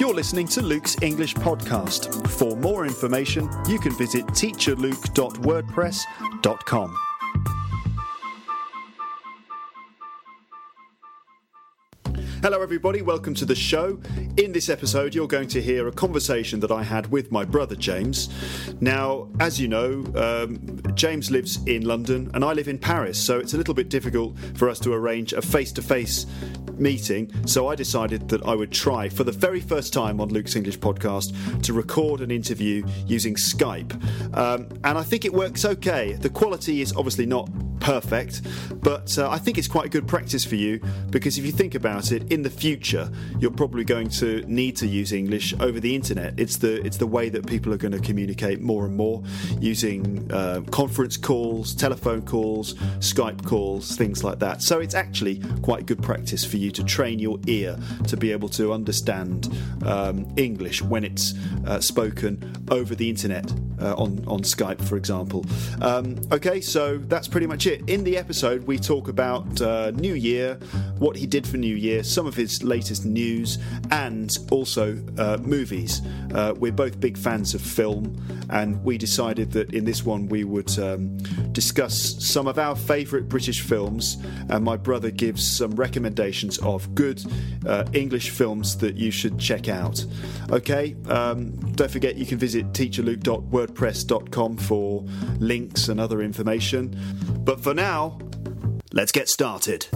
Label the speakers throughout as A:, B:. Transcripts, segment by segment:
A: You're listening to Luke's English podcast. For more information, you can visit teacherluke.wordpress.com. Hello, everybody. Welcome to the show. In this episode, you're going to hear a conversation that I had with my brother James. Now, as you know, um, James lives in London and I live in Paris, so it's a little bit difficult for us to arrange a face to face meeting. So I decided that I would try, for the very first time on Luke's English podcast, to record an interview using Skype. Um, and I think it works okay. The quality is obviously not perfect, but uh, I think it's quite good practice for you because if you think about it, in the future you're probably going to need to use English over the internet. It's the it's the way that people are going to communicate more and more using uh, conference calls, telephone calls, Skype calls, things like that. So it's actually quite good practice for you to train your ear to be able to understand um, English when it's uh, spoken over the internet uh, on on Skype, for example. Um, okay, so that's pretty much it. In the episode, we talk about uh, New Year, what he did for New Year, some of his latest news, and also uh, movies. Uh, we're both big fans of film, and we decided that in this one we would um, discuss some of our favourite British films. And my brother gives some recommendations of good uh, English films that you should check out. Okay, um, don't forget you can visit teacherluke.wordpress.com for links and other information. But for now, let's get started.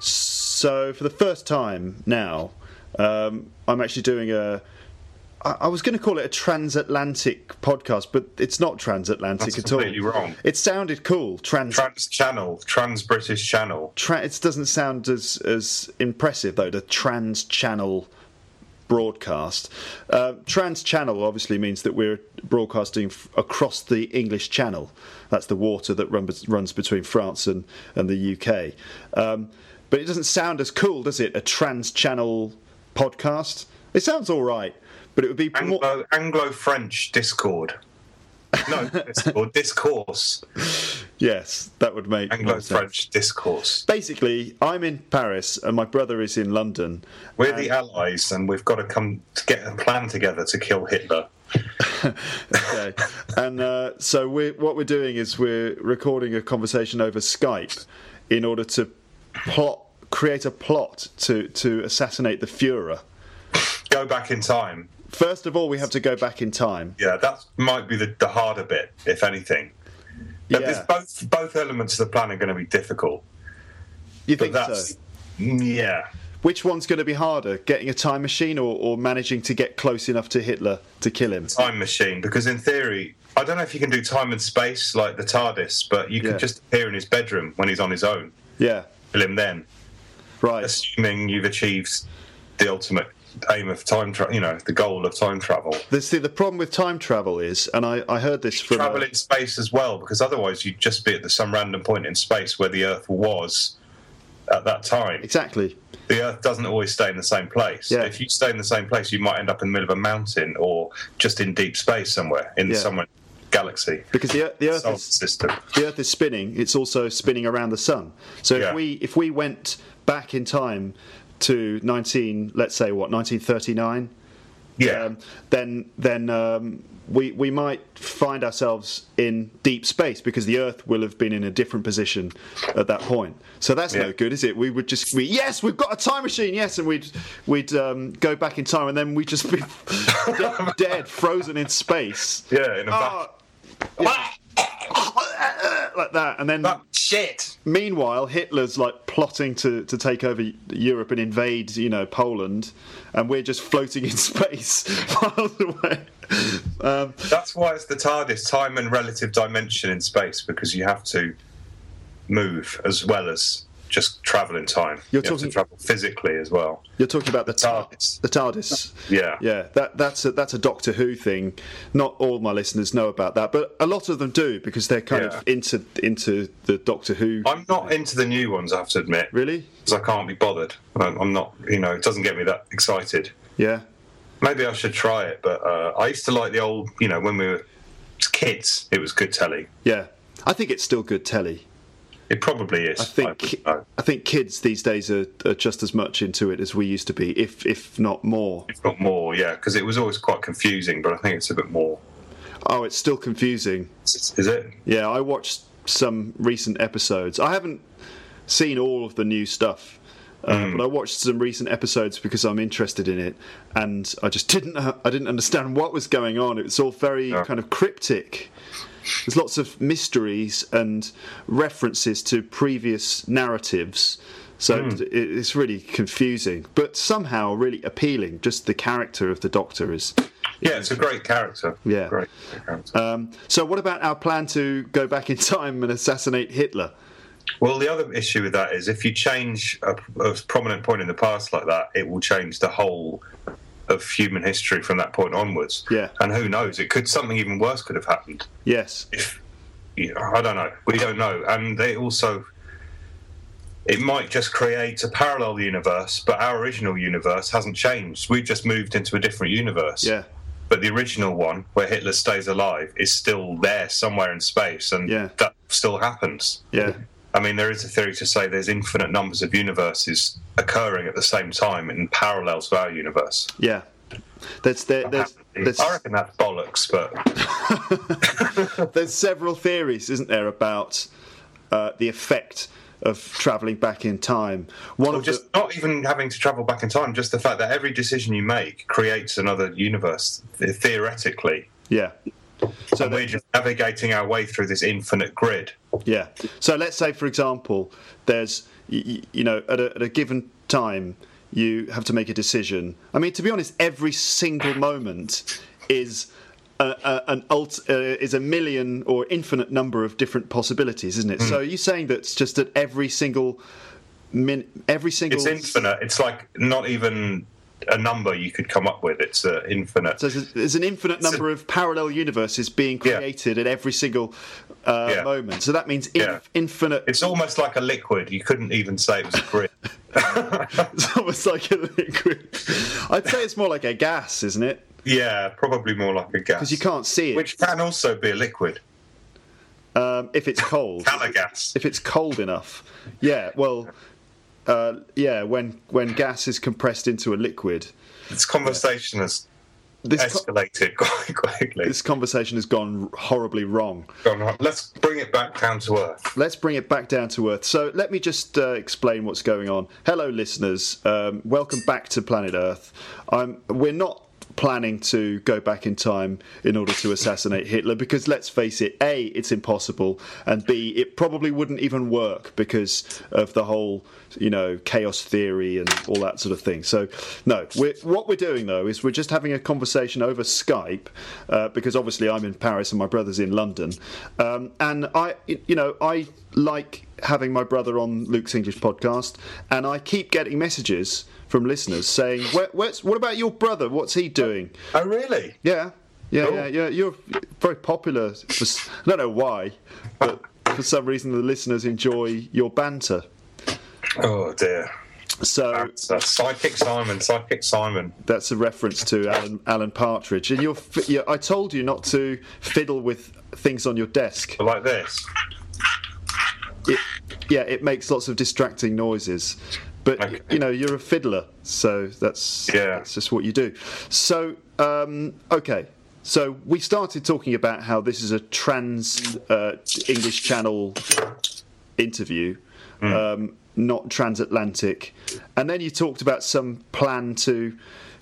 A: So, for the first time now, um, I'm actually doing a. I I was going to call it a transatlantic podcast, but it's not transatlantic
B: That's
A: at all.
B: completely wrong.
A: It sounded cool. Trans.
B: Trans Channel, Trans British Channel.
A: tra- it doesn't sound as as impressive though. The trans channel broadcast. Uh, trans channel obviously means that we're broadcasting f- across the English Channel. That's the water that runs runs between France and and the UK. Um, but it doesn't sound as cool, does it? A trans channel podcast. It sounds all right, but it would be more.
B: Anglo Anglo French Discord. No, Discord, discourse.
A: Yes, that would make more
B: Anglo
A: sense.
B: French discourse.
A: Basically, I'm in Paris and my brother is in London.
B: We're the
A: Um,
B: Allies, and we've got to come to get a plan together to kill Hitler.
A: okay. And uh, so we're, what we're doing is we're recording a conversation over Skype in order to plot, create a plot to, to assassinate the Fuhrer.
B: Go back in time.
A: First of all, we have to go back in time.
B: Yeah, that might be the, the harder bit, if anything. But
A: Yeah.
B: there's both both elements of the plan are going to be difficult.
A: You
B: But
A: think
B: that's mm,
A: so?
B: yeah.
A: Which one's going to be harder, getting a time machine or, or managing to get close enough to Hitler to kill him?
B: time machine because in theory i don't know if you can do time and space like the tardis but you
A: Yeah.
B: can just appear in his bedroom when he's on his own
A: Yeah,
B: kill him then
A: right.
B: assuming you've achieved the ultimate aim of time travel you know the goal of time travel
A: The, see, the problem with time travel is, and I, I heard this from. uh, a-
B: travel in space as well because otherwise you'd just be at the, some random point in space where the earth was at that time
A: exactly.
B: the earth doesn't always stay in the same place
A: Yeah.
B: if you stay in the same place you might end up in the middle of a mountain or just in deep space somewhere in
A: Yeah. Um,
B: somewhere galaxy
A: Because the, the Earth
B: solar
A: is,
B: system
A: the Earth is spinning, it's also spinning around the sun. So
B: Yeah.
A: if we if we went back in time to 19, let's say what 1939,
B: yeah
A: um, then then um, we we might find ourselves in deep space because the Earth will have been in a different position at that point. So that's no
B: Yeah.
A: good, is it? We would just we yes, we've got a time machine, yes, and we'd we'd um, go back in time, and then we'd just be de- dead, frozen in space. uh,
B: Yeah, in a
A: Ah, yeah. like that, and then
B: That shit.
A: Meanwhile, Hitler's like plotting to, to take over Europe and invade, you know, Poland, and we're just floating in space miles away. Um,
B: That's why it's the TARDIS, time and relative dimension in space, because you have to move as well as just travel in time.
A: You're
B: you have
A: talking-
B: to travel physically as well.
A: You're talking about the, tar-
B: TARDIS.
A: The TARDIS.
B: Yeah.
A: Yeah. That that's a that's a Doctor Who thing. Not all my listeners know about that, but a lot of them do because they're kind of
B: Yeah.
A: into into the Doctor Who.
B: I'm not into the new ones, I have to admit.
A: Really?
B: Because I can't be bothered. I'm I'm not, you know, it doesn't get me that excited.
A: Yeah.
B: Maybe I should try it, but uh, I used to like the old, you know, when we were kids, it was good telly.
A: Yeah. I think it's still good telly.
B: It probably is.
A: I think
B: wouldn't know.
A: I think kids these days are, are just as much into it as we used to be, if if not more.
B: It's got more, yeah, because it was always quite confusing, but I think it's a bit more.
A: Oh, it's still confusing.
B: Is it?
A: Yeah, I watched some recent episodes. I haven't seen all of the new stuff, uh, but I watched some recent episodes because I'm interested in it, and I just didn't uh, I didn't understand what was going on. It was all very kind of cryptic. There's lots of mysteries and references to previous narratives. So it, it's really confusing, but somehow really appealing. Just the character of the Doctor is.
B: Yeah, it's a great character.
A: Yeah.
B: Great, great character.
A: Um, so, what about our plan to go back in time and assassinate Hitler?
B: Well, the other issue with that is if you change a, a prominent point in the past like that, it will change the whole of human history from that point onwards.
A: Yeah.
B: And who knows? It could something even worse could have happened.
A: Yes.
B: If you know, I don't know, we don't know. And they also, it might just create a parallel universe, but our original universe hasn't changed. We've just moved into a different universe.
A: Yeah.
B: But the original one, where Hitler stays alive, is still there somewhere in space, and
A: Yeah.
B: that still happens.
A: Yeah.
B: I mean, there is a theory to say there's infinite numbers of universes occurring at the same time in parallel to our universe.
A: Yeah. That's there, there's there's
B: I reckon that's bollocks, but
A: there's several theories, isn't there, about uh, the effect of travelling back in time. One
B: or
A: of the-
B: just not even having to travel back in time, just the fact that every decision you make creates another universe, th- theoretically.
A: yeah.
B: and we're just navigating our way through this infinite grid.
A: Yeah. So let's say, for example, there's y- y- you know at a, at a given time you have to make a decision. I mean, to be honest, every single moment is. A, a, an ult, uh, is a million or infinite number of different possibilities, isn't it?
B: Hmm.
A: So are you saying that's just that every single min, every single
B: It's infinite. It's like not even a number you could come up with. It's uh, infinite.
A: So there's, there's an infinite number of parallel universes being
B: Yeah.
A: created at every single uh,
B: Yeah.
A: moment. So that means in,
B: Yeah.
A: infinite.
B: It's almost like a liquid. You couldn't even say it was a grid.
A: It's almost like a liquid. I'd say it's more like a gas, isn't it?
B: yeah, probably more like a gas.
A: Because you can't see it
B: Which can also be a liquid.
A: um, if it's cold.
B: Calagas.
A: If it's cold enough, yeah. Well, uh, yeah. When when gas is compressed into a liquid,
B: This conversation has
A: this co-
B: escalated quite quickly.
A: this conversation has gone horribly wrong.
B: Gone right. Let's bring it back down to earth.
A: Let's bring it back down to earth. So let me just uh, explain what's going on. Hello, listeners. Um, welcome back to Planet Earth. I'm, we're not planning to go back in time in order to assassinate Hitler because let's face it: a, it's impossible, and b, it probably wouldn't even work because of the whole, you know, chaos theory and all that sort of thing. So, no. We're, what we're doing though is we're just having a conversation over Skype uh, because obviously I'm in Paris and my brother's in London, um, and I, you know, I like having my brother on Luke's English podcast, and I keep getting messages from listeners saying, where, where's, "What about your brother? What's he doing?"
B: Oh, really?
A: Yeah, yeah,
B: Cool.
A: yeah, yeah. You're very popular. For, s- I don't know why, but for some reason the listeners enjoy your banter.
B: Oh, dear.
A: So
B: That's uh, Psychic Simon, Psychic Simon.
A: That's a reference to Alan, Alan Partridge. And you're, f- you I told you not to fiddle with things on your desk.
B: Like this.
A: It, yeah, it makes lots of distracting noises. But
B: Okay.
A: you know, you're a fiddler, so that's
B: Yeah.
A: that's just what you do. So um, okay, so we started talking about how this is a trans uh, English Channel interview,
B: Mm.
A: um, not transatlantic. And then you talked about some plan to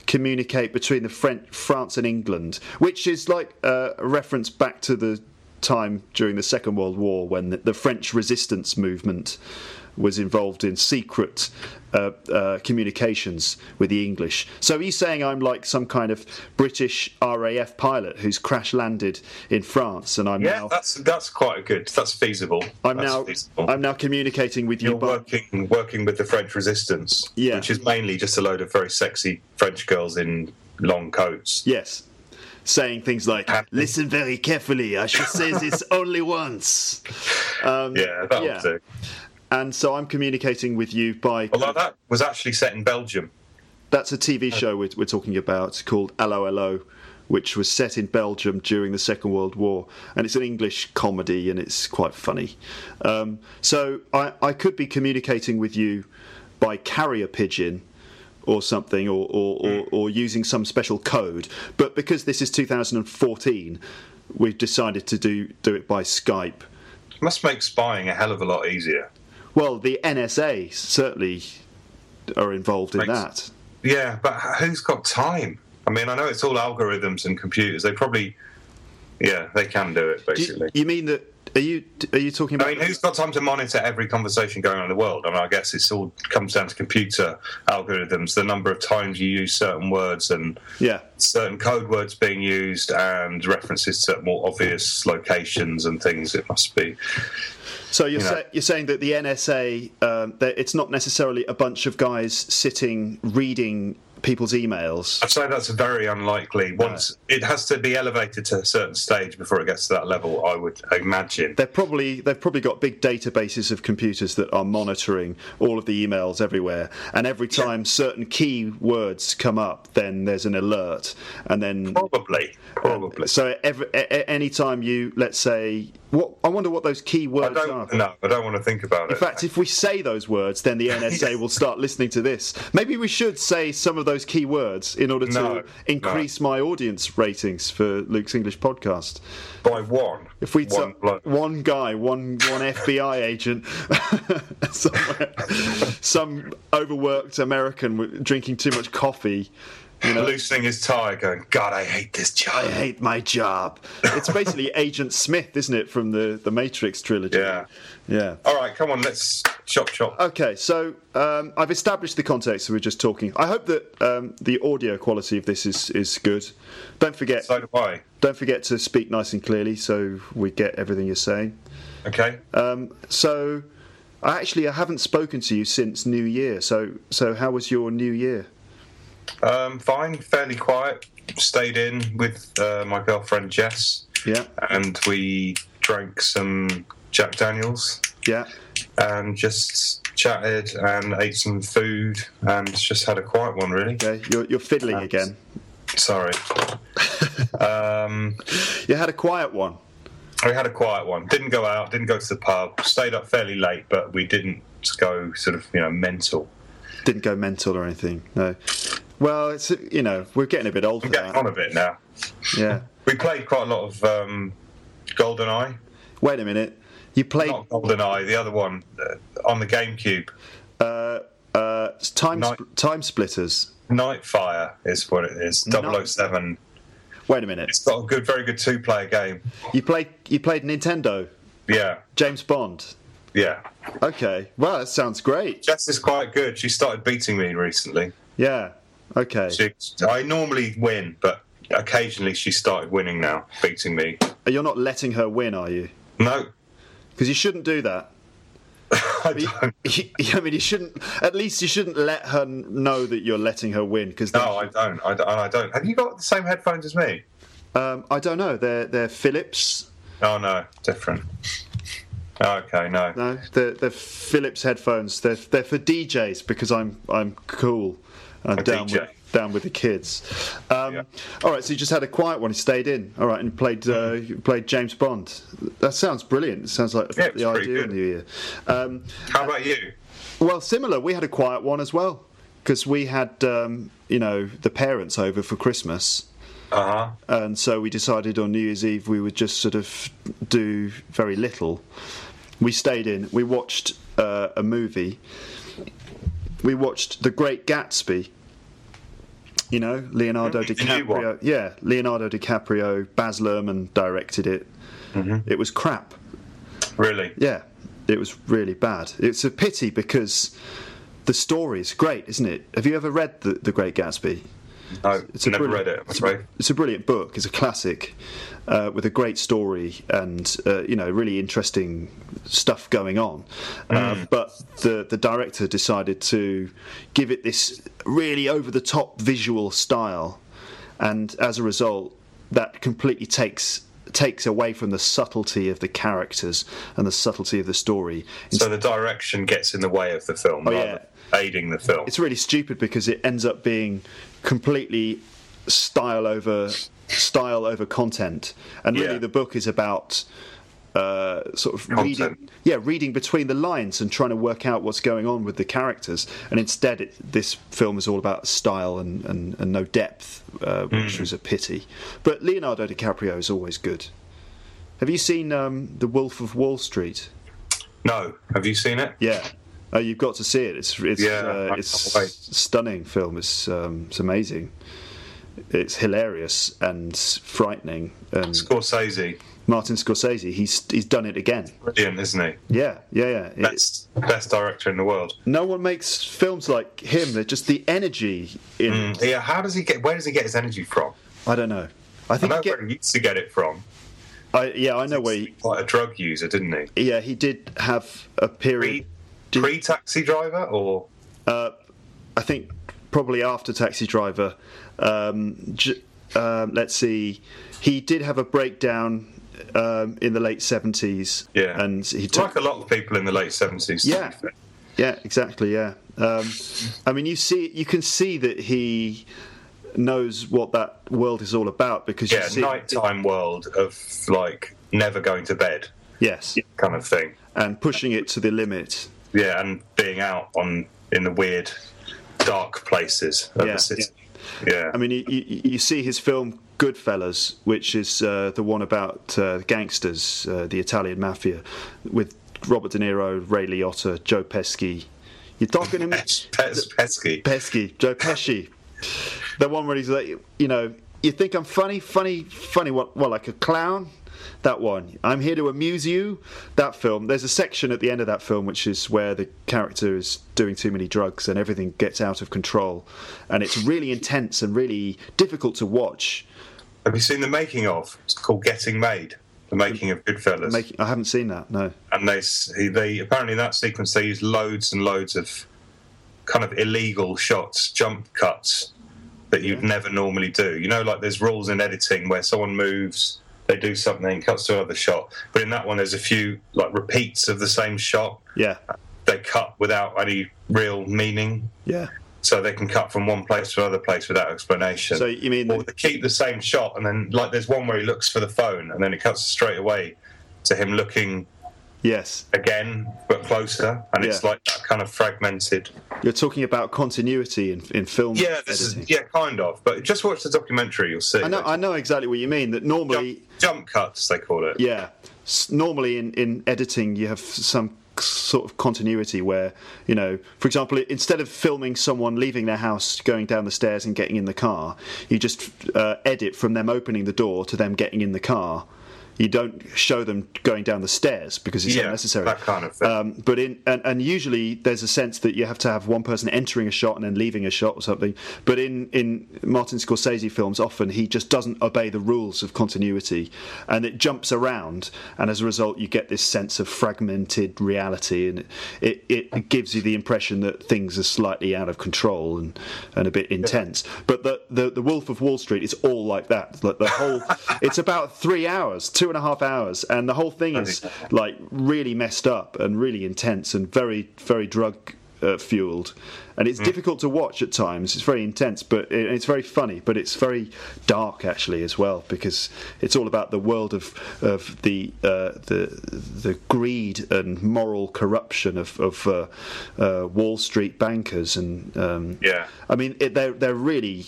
A: communicate between the French, France and England, which is like uh, a reference back to the time during the Second World War when the, the French resistance movement was involved in secret uh, uh, communications with the English. So he's saying I'm like some kind of British RAF pilot who's crash landed in France, and I'm
B: Yeah,
A: now
B: that's that's quite good. That's feasible.
A: I'm
B: That's
A: now
B: feasible.
A: I'm now communicating with you.
B: You're
A: by-
B: working working with the French resistance,
A: Yeah.
B: which is mainly just a load of very sexy French girls in long coats.
A: Yes. Saying things like, listen very carefully, I should say this only once. Um,
B: Yeah, that'll
A: yeah.
B: do.
A: And so I'm communicating with you by.
B: Although that was actually set in Belgium.
A: That's a TV
B: Uh,
A: show we're, we're talking about called LOLO, which was set in Belgium during the Second World War. And it's an English comedy and it's quite funny. Um, so I, I could be communicating with you by carrier pigeon or something or, or, or,
B: Hmm.
A: or using some special code. But because this is 2014, we've decided to do, do it by Skype.
B: Must make spying a hell of a lot easier.
A: Well, the NSA certainly are involved in
B: Makes-
A: that.
B: Yeah, but who's got time? I mean, I know it's all algorithms and computers. They probably, yeah, they can do it
A: Do you,
B: basically.
A: you mean that? Are you are you talking about?
B: I mean, who's got time to monitor every conversation going on in the world? I mean, I guess it's all comes down to computer algorithms, the number of times you use certain words and
A: Yeah.
B: certain code words being used and references to more obvious locations and things. It must be.
A: So you're
B: you know.
A: sa- you're saying that the NSA, um, that it's not necessarily a bunch of guys sitting reading people's emails.
B: I'd say that's very unlikely. Once it has to be elevated to a certain stage before it gets to that level, I would imagine.
A: They're probably they've probably got big databases of computers that are monitoring all of the emails everywhere, and every time certain key words come up, then there's an alert, and then
B: Probably, probably.
A: so every, a- a- any time you let's say what I wonder what those key
B: I
A: words are.
B: don't know. I don't want to think about
A: In
B: it.
A: fact, if we say those words, then the NSA will start listening to this. Maybe we should say some of those key words in order
B: No,
A: to increase my audience ratings for Luke's English podcast.
B: by one,
A: If we
B: one
A: took
B: bloke.
A: one guy, one one FBI agent, somewhere, some overworked American with- drinking too much coffee.
B: loosening his tie, going, God, I hate this
A: I
B: job.
A: hate my job. It's basically Agent Smith, isn't it, from the the Matrix trilogy?
B: Yeah.
A: yeah.
B: All right, come on, let's chop chop.
A: Okay, so um, I've established the context that we are just talking. I hope that um, the audio quality of this is, is good. Don't forget,
B: so do I.
A: don't forget to speak nice and clearly so we get everything you're saying.
B: Okay.
A: Um, so, I actually I haven't spoken to you since New Year. So, so how was your New Year?
B: Um, fine, fairly quiet. Stayed in with uh, my girlfriend Jess.
A: Yeah.
B: And we drank some Jack Daniels
A: Yeah,
B: and just chatted and ate some food and just had a quiet one, really.
A: okay. You're, you're fiddling again.
B: Sorry. um,
A: You had a quiet one.
B: we had a quiet one. Didn't go out, didn't go to the pub. Stayed up fairly late, but we didn't go sort of, you know, mental.
A: Didn't go mental or anything. No. Well, it's you know we're getting a bit old for
B: I'm getting
A: that.
B: on a bit now.
A: Yeah.
B: We played quite a lot of um, GoldenEye.
A: Wait a minute. You played
B: Not GoldenEye, the other one uh, on the GameCube.
A: Uh, it's time
B: Night-
A: sp- time splitters.
B: Nightfire is what it is. 007.
A: Wait a minute.
B: It's got a good, very good two-player game.
A: You played you played Nintendo
B: Yeah,
A: James Bond.
B: yeah.
A: Okay. Well, that sounds great.
B: Jess is quite good. She started beating me recently.
A: Yeah. Okay.
B: She, I normally win, but occasionally she started winning now, beating me.
A: You're not letting her win, are you?
B: No,
A: Because you shouldn't do that.
B: I don't.
A: I mean, you shouldn't. At least you shouldn't let her n- know that you're letting her win. Because
B: No, I don't. I don't. I don't. Have you got the same headphones as me?
A: um, I don't know. They're they're Philips.
B: Oh no, different. Okay, no.
A: No, they're, they're Philips headphones. They're they're for DJs because I'm I'm cool. I'm
B: A
A: down
B: DJ.
A: with down with the kids. Um,
B: Yeah.
A: All right, so you just had a quiet one. You stayed in. All right, and played uh, you played James Bond. That sounds brilliant. It sounds like
B: Mm-hmm. Yeah, it was
A: the
B: pretty
A: idea
B: good.
A: New Year. Um,
B: How about you?
A: well, similar. We had a quiet one as well because we had um, you know the parents over for Christmas.
B: Uh huh.
A: And so we decided on New Year's Eve we would just sort of do very little. We stayed in, we watched uh, a movie. We watched The Great Gatsby. You know, Leonardo
B: Mm-hmm. The new one.
A: DiCaprio. Yeah, Leonardo DiCaprio, Baz Luhrmann directed it.
B: Mm-hmm.
A: It was crap.
B: Really?
A: Yeah, it was really bad. It's a pity because the story is great, isn't it? Have you ever read The, the Great Gatsby?
B: No,
A: It's a
B: never
A: brilliant-
B: read it. I'm
A: it's,
B: afraid.
A: a, it's a brilliant book. It's a classic uh, with a great story and uh, you know really interesting stuff going on. Uh, but the the director decided to give it this really over the top visual style, and as a result, that completely takes takes away from the subtlety of the characters and the subtlety of the story.
B: So the direction gets in the way of the film, rather
A: Oh, yeah.
B: than aiding the film.
A: it's really stupid because it ends up being completely style over style over content, and really
B: Yeah.
A: the book is about uh, sort of reading,
B: Content.
A: yeah, reading between the lines and trying to work out what's going on with the characters. And instead, it, this film is all about style and and, and no depth, uh, which
B: Hmm.
A: was a pity. But Leonardo DiCaprio is always good. Have you seen um, The Wolf of Wall Street?
B: No, have you seen it?
A: Yeah. Oh, you've got to see it. It's it's
B: Yeah, I
A: uh,
B: can't
A: it's
B: wait.
A: stunning film. It's um, it's amazing. It's hilarious and frightening. And
B: Scorsese,
A: Martin Scorsese, he's he's done it again.
B: brilliant, isn't he?
A: Yeah, yeah, yeah. It-
B: Best, best director in the world.
A: no one makes films like him. They're just the energy in.
B: Yeah, how does he get? Where does he get his energy from?
A: I don't know. I
B: I
A: think.
B: know
A: he get-
B: where he used to get it from.
A: I, yeah, I know where. He,
B: Quite a drug user, didn't
A: yeah, he did have a
B: he?
A: period.
B: Pre, pre taxi driver, or
A: I think probably after Taxi Driver. Um, j- um, let's see, he did have a breakdown um, in the late seventies.
B: yeah,
A: and he took.
B: like a lot of people in the late seventies.
A: Yeah. yeah, exactly. Yeah, um, I mean, you see, you can see that he knows what that world is all about because you
B: yeah,
A: see,
B: nighttime world of like never going to bed
A: yes,
B: kind of thing.
A: and pushing it to the limit.
B: Yeah, and being out on in the weird, dark places of
A: Yeah.
B: the city. Yeah,
A: I mean, you, you, you see his film Goodfellas, which is uh, the one about uh, gangsters, uh, the Italian mafia, with Robert De Niro, Ray Liotta, Joe Pesci. You're talking to me?
B: Pes- pes- pesky.
A: Pesci, Joe Pesci. the one where he's like, you know, you think I'm funny, funny, funny, what, what, like a clown? That one. I'm here to amuse you. That film. There's a section at the end of that film which is where the character is doing too many drugs and everything gets out of control. And it's really intense and really difficult to watch.
B: Have you seen the making of? It's called Getting Made. The making of Goodfellas.
A: Make, I haven't seen that, no.
B: and they s- they apparently in that sequence they use loads and loads of kind of illegal shots, jump cuts that you'd never normally do. You know, like there's rules in editing where someone moves, they do something, cuts to another shot. But in that one, there's a few like repeats of the same shot.
A: Yeah,
B: They cut without any real meaning,
A: yeah.
B: so they can cut from one place to another place without explanation.
A: So you mean-
B: or they keep the same shot and then like there's one where he looks for the phone and then it cuts straight away to him looking
A: Yes.
B: again but closer and it's
A: Yeah.
B: like that kind of fragmented
A: You're talking about continuity in, in film
B: yeah this
A: editing.
B: is yeah kind of but just watch the documentary you'll see
A: I, know, I know exactly what you mean, that normally.
B: jump, jump cuts they call it
A: Yeah. S- Normally in, in editing, you have some sort of continuity where, you know, for example, instead of filming someone leaving their house, going down the stairs and getting in the car, you just uh, edit from them opening the door to them getting in the car. You don't show them going down the stairs because it's
B: Yeah,
A: unnecessary.
B: that kind of thing.
A: Um, but in and, and usually there's a sense that you have to have one person entering a shot and then leaving a shot or something. But in in Martin Scorsese films, often he just doesn't obey the rules of continuity, and it jumps around, and as a result, you get this sense of fragmented reality, and it it, it gives you the impression that things are slightly out of control and and a bit intense. But the the, the Wolf of Wall Street is all like that. Like the whole, it's about three hours, two and a half hours, and the whole thing is like really messed up and really intense and very very drug uh, fueled and it's difficult to watch at times it's very intense but it, it's very funny but it's very dark actually as well because it's all about the world of of the uh, the the greed and moral corruption of of uh, uh, Wall Street bankers and um,
B: Yeah.
A: I mean it, they're they're really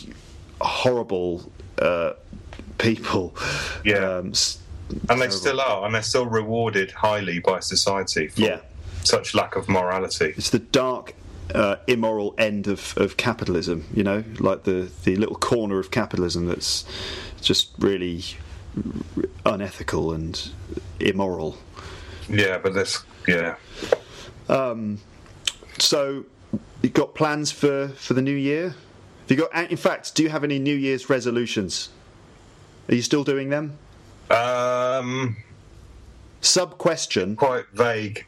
A: horrible uh, people Um,
B: Yeah.
A: s-
B: and they still are and they're still rewarded highly by society for
A: Yeah.
B: such lack of morality
A: it's the dark uh, immoral end of, of capitalism you know like the the little corner of capitalism that's just really unethical and immoral.
B: Yeah, but that's yeah.
A: So, you got plans for for the new year? Have you got? and In fact, do you have any New Year's resolutions? Are you still doing them?
B: Um,
A: Sub question.
B: quite vague.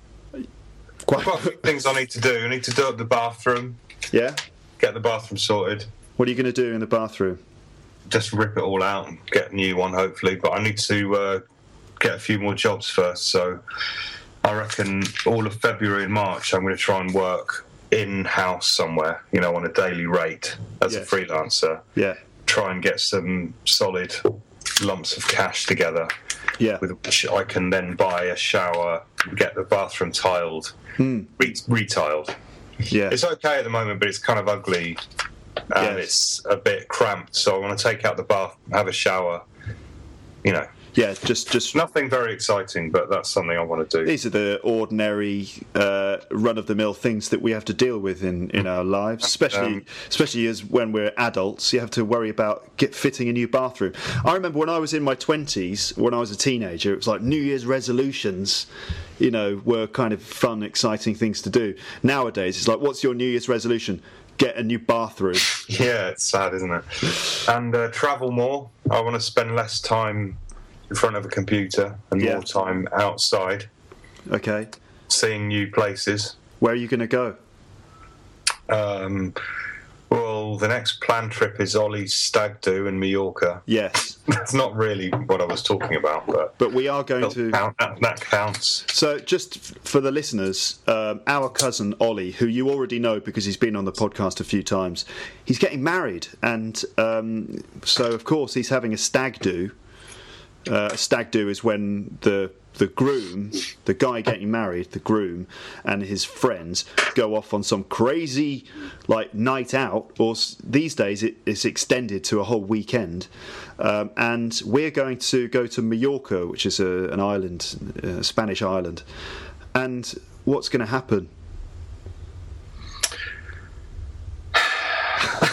A: Quite.
B: Quite a few things I need to do. I need to do up the bathroom,
A: Yeah.
B: get the bathroom sorted,
A: What are you going to do in the bathroom?
B: just rip it all out and get a new one hopefully. But I need to uh, get a few more jobs first. So I reckon all of February and March, I'm going to try and work in house somewhere. You know, on a daily rate as
A: Yeah.
B: a freelancer.
A: Yeah.
B: try and get some solid lumps of cash together
A: Yeah.
B: with which I can then buy a shower, get the bathroom tiled, re- retiled.
A: Yeah.
B: It's okay at the moment, but it's kind of ugly and
A: Yes.
B: it's a bit cramped. So I want to take out the bath, have a shower. You know,
A: Yeah. Just just
B: nothing very exciting, but that's something I want to do.
A: these are the ordinary uh, run-of-the-mill things that we have to deal with in, in our lives, especially especially as when we're adults. You have to worry about get fitting a new bathroom. I remember when I was in my twenties, when I was a teenager, it was like New Year's resolutions. You know, were kind of fun, exciting things to do. Nowadays, it's like, what's your New Year's resolution? Get a new bathroom.
B: Yeah, it's sad, isn't it? And uh, travel more. I want to spend less time in front of a computer and
A: Yeah.
B: more time outside.
A: Okay,
B: seeing new places.
A: where are you going to go?
B: Um, well, the next planned trip is Ollie's stag do in Mallorca.
A: Yes,
B: That's not really what I was talking about, but,
A: but we are going to.
B: count- that, that counts.
A: So, just f- for the listeners, um, our cousin Ollie, who you already know because he's been on the podcast a few times, he's getting married, and um, so of course he's having a stag do. Uh, a stag do is when the the groom, the guy getting married, the groom, and his friends go off on some crazy like night out, or s- these days it, it's extended to a whole weekend. Um, and we're going to go to Mallorca, which is a, an island, a Spanish island. And what's going to happen?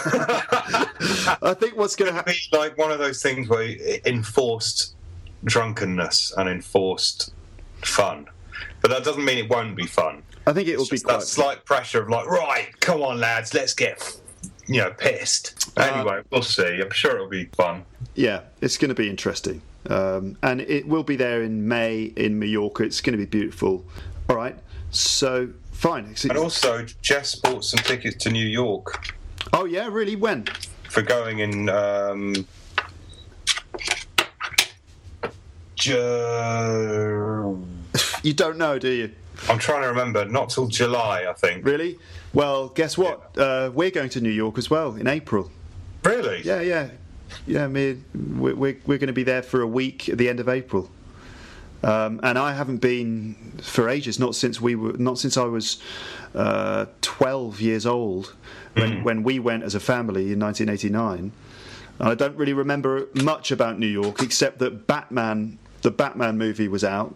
A: I think what's going to happen.
B: Be like one of those things where you- enforced drunkenness and enforced fun. But that doesn't mean it won't be fun.
A: I think it will be
B: It's
A: quite.
B: that slight pressure of like, right, come on, lads, let's get, you know, pissed.
A: Uh,
B: Anyway, we'll see. I'm sure it'll be fun.
A: Yeah, it's going to be interesting. Um, and it will be there in May in Mallorca. It's going to be beautiful. All right. So, fine. It's-
B: And also, Jess bought some tickets to New York
A: oh, yeah, really? When?
B: for going in um, Ju-
A: You don't know, do you?
B: I'm trying to remember. Not till July, I think.
A: Really? Well, guess what? Uh, we're going to New York as well in April.
B: Really?
A: Yeah, yeah. Yeah, me, we're, we're, we're going to be there for a week at the end of April. Um, and I haven't been for ages, not since we were, not since I was uh, 12 years old, when, when we went as a family in 1989. And I don't really remember much about New York except that Batman, the Batman movie was out,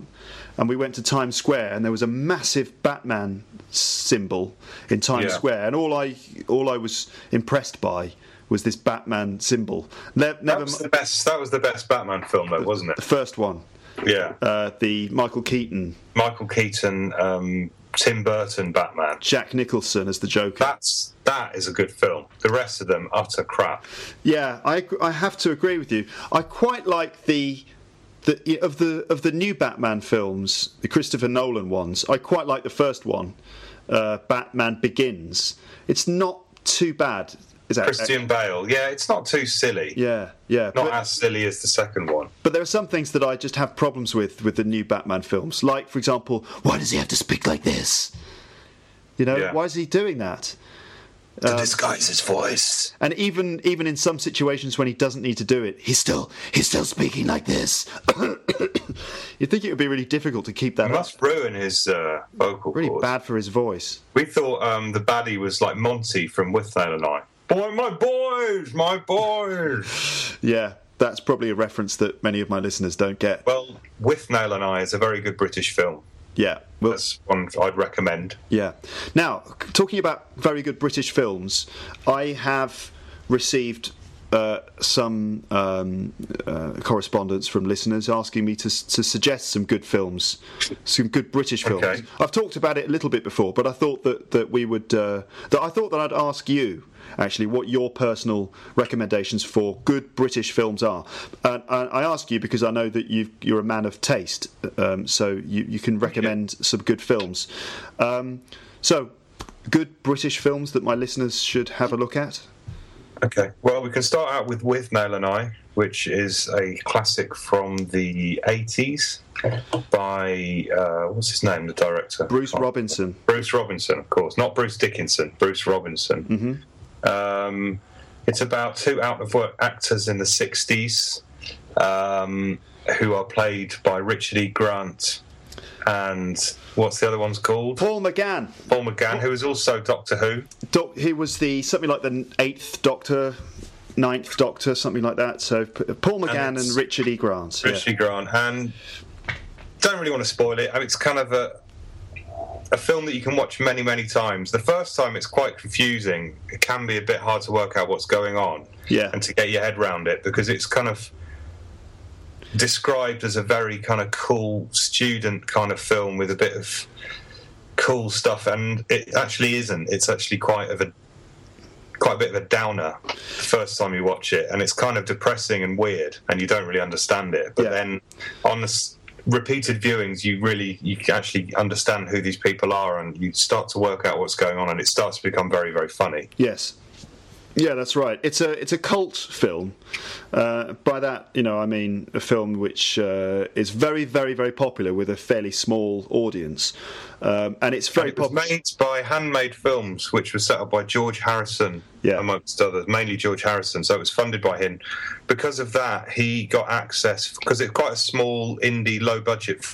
A: and we went to Times Square, and there was a massive Batman symbol in Times
B: Yeah.
A: Square, and all I all I was impressed by was this Batman symbol. Ne-
B: That
A: never
B: was
A: mi-
B: the best. That was the best Batman film, though, wasn't
A: the
B: it?
A: first one,
B: Yeah.
A: uh, the Michael Keaton,
B: Michael Keaton, um, Tim Burton, Batman.
A: Jack Nicholson as the Joker.
B: That's that is a good film. The rest of them, utter crap.
A: Yeah, I ag- I have to agree with you. I quite like the. The, of the of the new Batman films, the Christopher Nolan ones, I quite like the first one, uh, Batman Begins. It's not too bad. Is that
B: Christian Bale. Yeah, it's not too silly.
A: Yeah, yeah.
B: Not
A: but-
B: as silly as the second one.
A: But there are some things that I just have problems with with the new Batman films. Like, for example, why does he have to speak like this? You know,
B: Yeah.
A: why is he doing that?
B: To Um, disguise his voice.
A: And even even in some situations when he doesn't need to do it, he's still he's still speaking like this. You'd think it would be really difficult to keep that
B: It
A: up.
B: must ruin his uh, vocal
A: Really
B: cords.
A: bad for his voice.
B: We thought um, the baddie was like Monty from With Thale and I. Boy, my boys, my boys.
A: Yeah, that's probably a reference that many of my listeners don't get.
B: well, With Nail and I is a very good British film.
A: yeah, well,
B: That's one I'd recommend.
A: Yeah. Now, c- talking about very good British films, I have received uh, some um, uh, correspondence from listeners asking me to, to suggest some good films, some good British films.
B: Okay.
A: I've talked about it a little bit before, but I thought that, that we would uh, that I thought that I'd ask you actually what your personal recommendations for good British films are. And, and I ask you because I know that you you're a man of taste, um, so you, you can recommend some good films. Um, so, good British films that my listeners should have a look at.
B: Okay. Well, we can start out with With Mel and I, which is a classic from the 80s by, uh, what's his name, the director?
A: Bruce
B: Can't-
A: Robinson.
B: Bruce Robinson, of course. Not Bruce Dickinson, Bruce Robinson.
A: Mm-hmm.
B: Um, it's about two out of work actors in the 60s um, who are played by Richard E. Grant and what's the other one's called?
A: Paul McGann.
B: Paul McGann, who is also Doctor Who.
A: Doc, he was the something like the eighth Doctor, ninth Doctor, something like that. So P- Paul McGann and,
B: it's-
A: Richard E. Grant. yeah.
B: Richie Grant, and don't really want to spoil it. I mean, it's kind of a a film that you can watch many, many times. The first time, it's quite confusing. It can be a bit hard to work out what's going on,
A: Yeah.
B: and to get your head round it because it's kind of described as a very kind of cool student kind of film with a bit of cool stuff, and it actually isn't. It's actually quite of a quite a bit of a downer the first time you watch it, and it's kind of depressing and weird, and you don't really understand it. But
A: Yeah.
B: then on the s- repeated viewings, you really you can actually understand who these people are, and you start to work out what's going on, and it starts to become very very funny.
A: Yes. Yeah, that's right. It's a it's a cult film. Uh, by that, you know, I mean a film which uh, is very, very, very popular with a fairly small audience, um, and it's very
B: It was
A: popular.
B: made by Handmade Films, which was set up by George Harrison,
A: Yeah.
B: amongst others, mainly George Harrison. So it was funded by him. Because of that, he got access because it's quite a small indie, low budget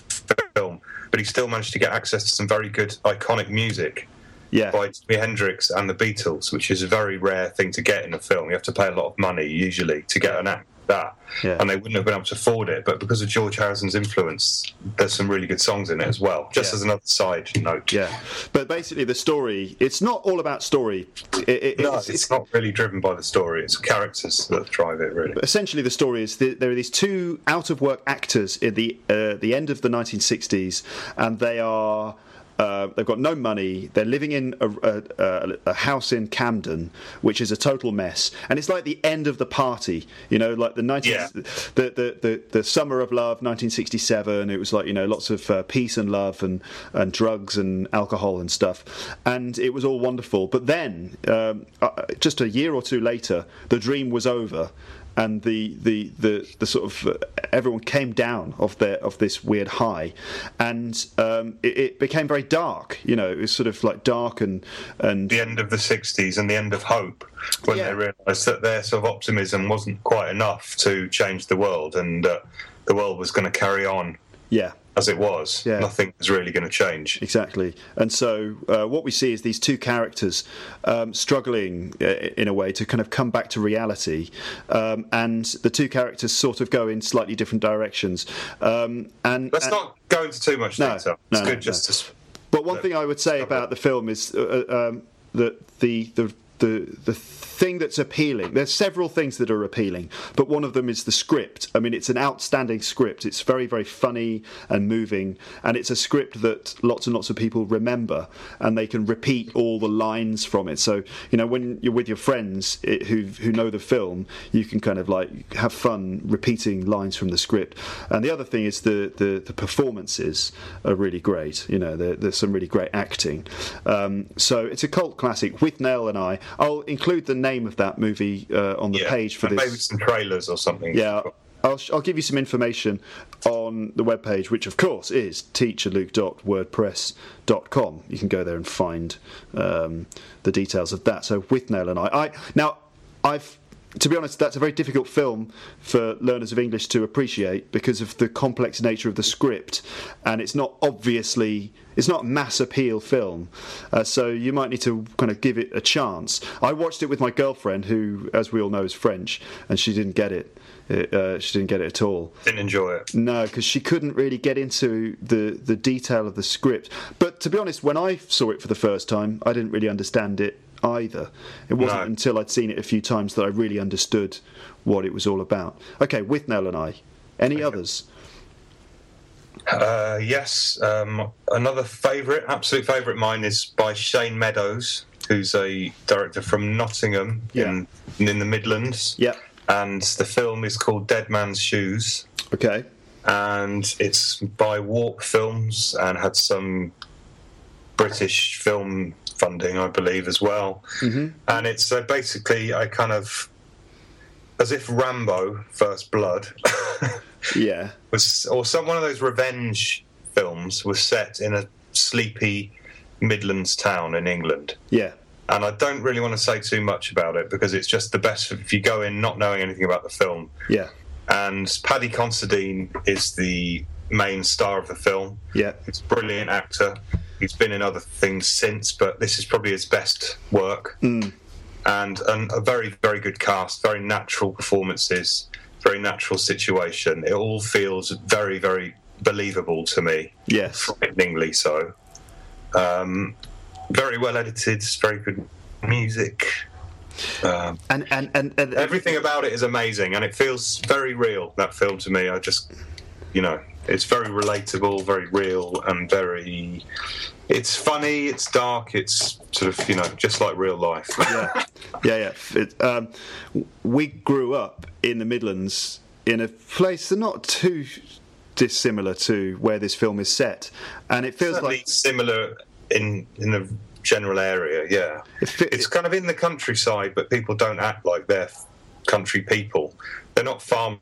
B: film, but he still managed to get access to some very good iconic music
A: Yeah,
B: by Jimi Hendrix and the Beatles, which is a very rare thing to get in a film. You have to pay a lot of money usually to get an act like that,
A: Yeah.
B: and they wouldn't have been able to afford it. But because of George Harrison's influence, there's some really good songs in it as well. Just
A: Yeah.
B: as another side note.
A: yeah. But basically, the story—it's not all about story. It, it,
B: No,
A: it's-
B: it's,
A: it's-
B: not really driven by the story. It's characters that drive it, really.
A: essentially the story is that there are these two out of work actors at the uh, the end of the 1960s, and they are. Uh, they've got no money. They're living in a, a, a, a house in Camden, which is a total mess. And it's like the end of the party, you know, like the 19,
B: Yeah.
A: the, the, the the summer of love, 1967. It was like you know lots of uh, peace and love and and drugs and alcohol and stuff, and it was all wonderful. But then, um, uh, just a year or two later, the dream was over, and the the the, the sort of uh, everyone came down off their of this weird high, and um, it, it became very dark. You know, it was sort of like dark and and
B: The end of the 60s and the end of hope when
A: Yeah.
B: they realised that their sort of optimism wasn't quite enough to change the world and uh, the world was going to carry on
A: yeah.
B: as it was.
A: Yeah.
B: Nothing was really going to change.
A: Exactly. And so uh, what we see is these two characters um, struggling uh, in a way to kind of come back to reality. Um, and the two characters sort of go in slightly different directions. Um, and
B: Let's
A: and-
B: not go into too much
A: No,
B: detail.
A: no,
B: It's
A: no,
B: good
A: no.
B: just to s
A: But one thing I would say about the film is uh, uh, um, that the the the the thing that's appealing. There's several things that are appealing, but one of them is the script. I mean, it's an outstanding script. It's very very funny and moving, and it's a script that lots and lots of people remember, and they can repeat all the lines from it. So you know, when you're with your friends it, who who know the film, you can kind of like have fun repeating lines from the script. And the other thing is the the, the performances are really great. You know, there, there's some really great acting. Um, so it's a cult classic with Nell and I. I'll include the name of that movie uh, on the
B: yeah.
A: page for
B: And
A: this.
B: Maybe some trailers or something.
A: Yeah. I'll, I'll give you some information on the webpage, which of course is teacherluke.wordpress.com. You can go there and find um, the details of that. So with Nail and I, I now I've to be honest, that's a very difficult film for learners of English to appreciate because of the complex nature of the script, and it's not obviously it's not a mass appeal film, uh, so you might need to kind of give it a chance. I watched it with my girlfriend, who, as we all know, is French, and she didn't get it. It, uh, she didn't get it at all.
B: Didn't enjoy it.
A: No, because she couldn't really get into the, the detail of the script. But to be honest, when I saw it for the first time, I didn't really understand it either. It wasn't
B: No.
A: until I'd seen it a few times that I really understood what it was all about. Okay, with Nell and I. Any others?
B: Uh, yes, um, another favourite, absolute favourite of mine is by Shane Meadows, who's a director from Nottingham in, in the Midlands.
A: Yeah.
B: And the film is called Dead Man's Shoes,
A: Okay.
B: and it's by Warp Films and had some British film funding, I believe, as well. And it's uh, basically a kind of as if Rambo First Blood.
A: Yeah.
B: was or some one of those revenge films was set in a sleepy Midlands town in England.
A: Yeah.
B: And I don't really want to say too much about it because it's just the best if you go in not knowing anything about the film.
A: Yeah.
B: And Paddy Considine is the main star of the film.
A: Yeah.
B: He's a brilliant actor. He's been in other things since, but this is probably his best work. And, and a very, very good cast, very natural performances, very natural situation. It all feels very, very believable to me,
A: Yes.
B: frighteningly so. Um, very well edited, very good music. Um,
A: And and and, and
B: everything about it is amazing and it feels very real that film to me i just you know it's very relatable very real and very it's funny it's dark it's sort of you know just like real life
A: yeah, yeah, yeah. It, um, w- we grew up in the Midlands in a place that's not too dissimilar to where this film is set, and it feels
B: certainly
A: like
B: similar in in the general area yeah
A: It fit-
B: it's kind of in the countryside but people don't act like they're f- country people they're not farmers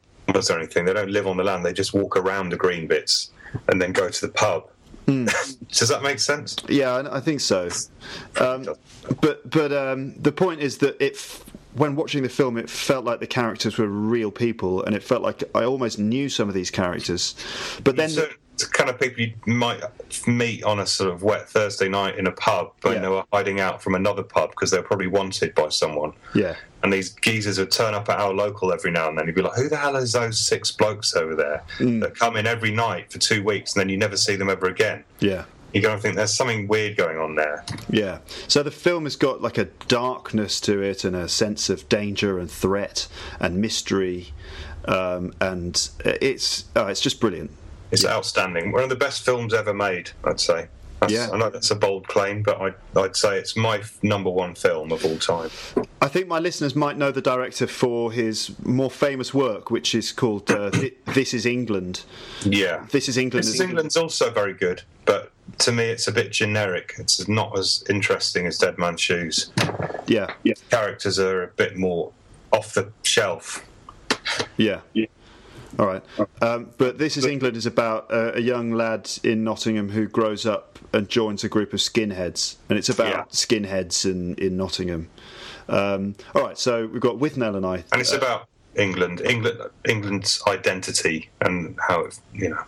B: or anything they don't live on the land they just walk around the green bits and then go to the pub
A: Hmm.
B: does that make sense
A: yeah, I I think so. Um, but but um, the point is that it. F- when watching the film, it felt like the characters were real people, and it felt like I almost knew some of these characters. But then,
B: so it's the kind of people you might meet on a sort of wet Thursday night in a pub, but
A: Yeah.
B: they were hiding out from another pub because they were probably wanted by someone.
A: yeah,
B: And these geezers would turn up at our local every now and then. You'd be like, "Who the hell is those six blokes over there
A: Mm.
B: that come in every night for two weeks and then you never see them ever again?"
A: yeah.
B: You're going to think there's something weird going on there.
A: Yeah. So the film has got like a darkness to it and a sense of danger and threat and mystery. Um, and it's oh, it's just brilliant.
B: It's outstanding. One of the best films ever made, I'd say. That's,
A: Yeah.
B: I know that's a bold claim, but I, I'd say it's my f- number one film of all time.
A: I think my listeners might know the director for his more famous work, which is called uh, Thi- This Is England.
B: Yeah.
A: This is England.
B: This is England's also very good, but to me it's a bit generic. It's not as interesting as Dead Man's Shoes.
A: Yeah. Yeah.
B: Characters are a bit more off the shelf.
A: Yeah. All right. Um, but This Is England is about uh, a young lad in Nottingham who grows up and joins a group of skinheads. And it's about
B: Yeah.
A: skinheads in, in Nottingham. Um, all right. So we've got With Nell and I.
B: And it's about England, England England's identity and how it you know.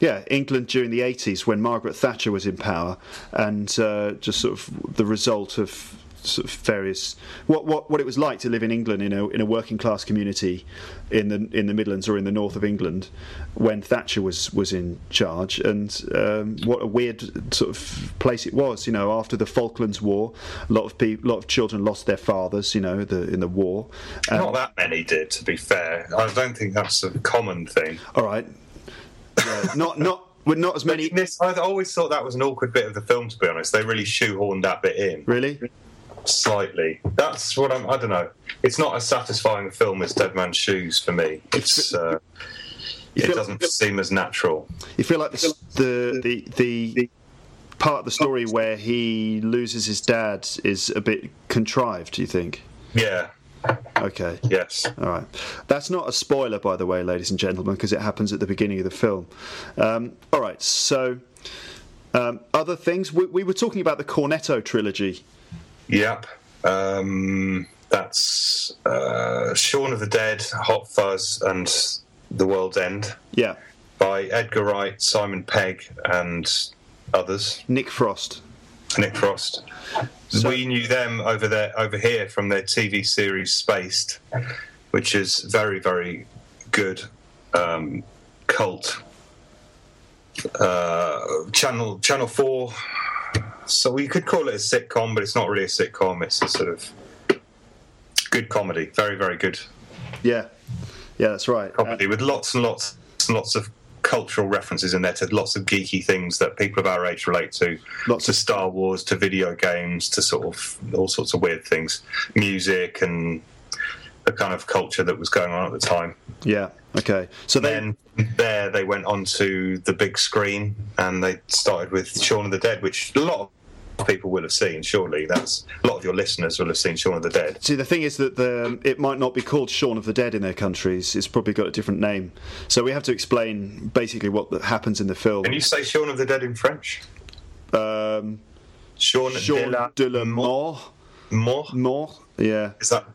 A: Yeah, England during the 80s when Margaret Thatcher was in power, and uh, just sort of the result of sort of various what, what what it was like to live in England in a in a working class community in the in the Midlands or in the north of England when Thatcher was was in charge, and um, what a weird sort of place it was. You know, after the Falklands War, a lot of people, lot of children lost their fathers. You know, the, in the war. Um,
B: Not that many did, to be fair. I don't think that's a common thing.
A: all right, Yeah, not not. well, Not as many.
B: This- I always thought that was an awkward bit of the film, to be honest. They really shoehorned that bit in.
A: Really?
B: slightly. That's what I'm. I don't know. It's not as satisfying a film as Dead Man's Shoes for me. It's uh, it
A: feel-
B: doesn't seem as natural.
A: You feel like the the the, the part of the story where he loses his dad is a bit contrived. Do you think?
B: Yeah.
A: Okay.
B: Yes.
A: All right. That's not a spoiler, by the way, ladies and gentlemen, because it happens at the beginning of the film. Um, all right. So, um, other things we, we were talking about the Cornetto trilogy.
B: Yep. Um, that's uh, Shaun of the Dead, Hot Fuzz, and The World's End
A: Yeah.
B: by Edgar Wright, Simon Pegg, and others.
A: Nick Frost.
B: Nick Frost. we knew them over there, over here from their TV series Spaced, which is very, very good um, cult. Uh, Channel Channel Four so you could call it a sitcom, but it's not really a sitcom. It's a sort of good comedy, very very good
A: Yeah, yeah, that's right. Uh,
B: comedy with lots and lots and lots of cultural references in there to lots of geeky things that people of our age relate to.
A: Lots
B: to
A: of-
B: Star Wars, to video games, to sort of all sorts of weird things, music and the kind of culture that was going on at the time.
A: yeah, okay. So then,
B: Then there they went onto the big screen and they started with Shaun of the Dead, which a lot of people will have seen. Surely that's a lot of your listeners will have seen Shaun of the Dead.
A: see, the thing is that the it might not be called Shaun of the Dead in their countries. It's probably got a different name. So we have to explain basically what that happens in the film.
B: Can you say Shaun of the Dead in French?
A: Um,
B: Shaun, de
A: Shaun
B: la
A: de la mort,
B: Mort?
A: mort. Yeah,
B: Is that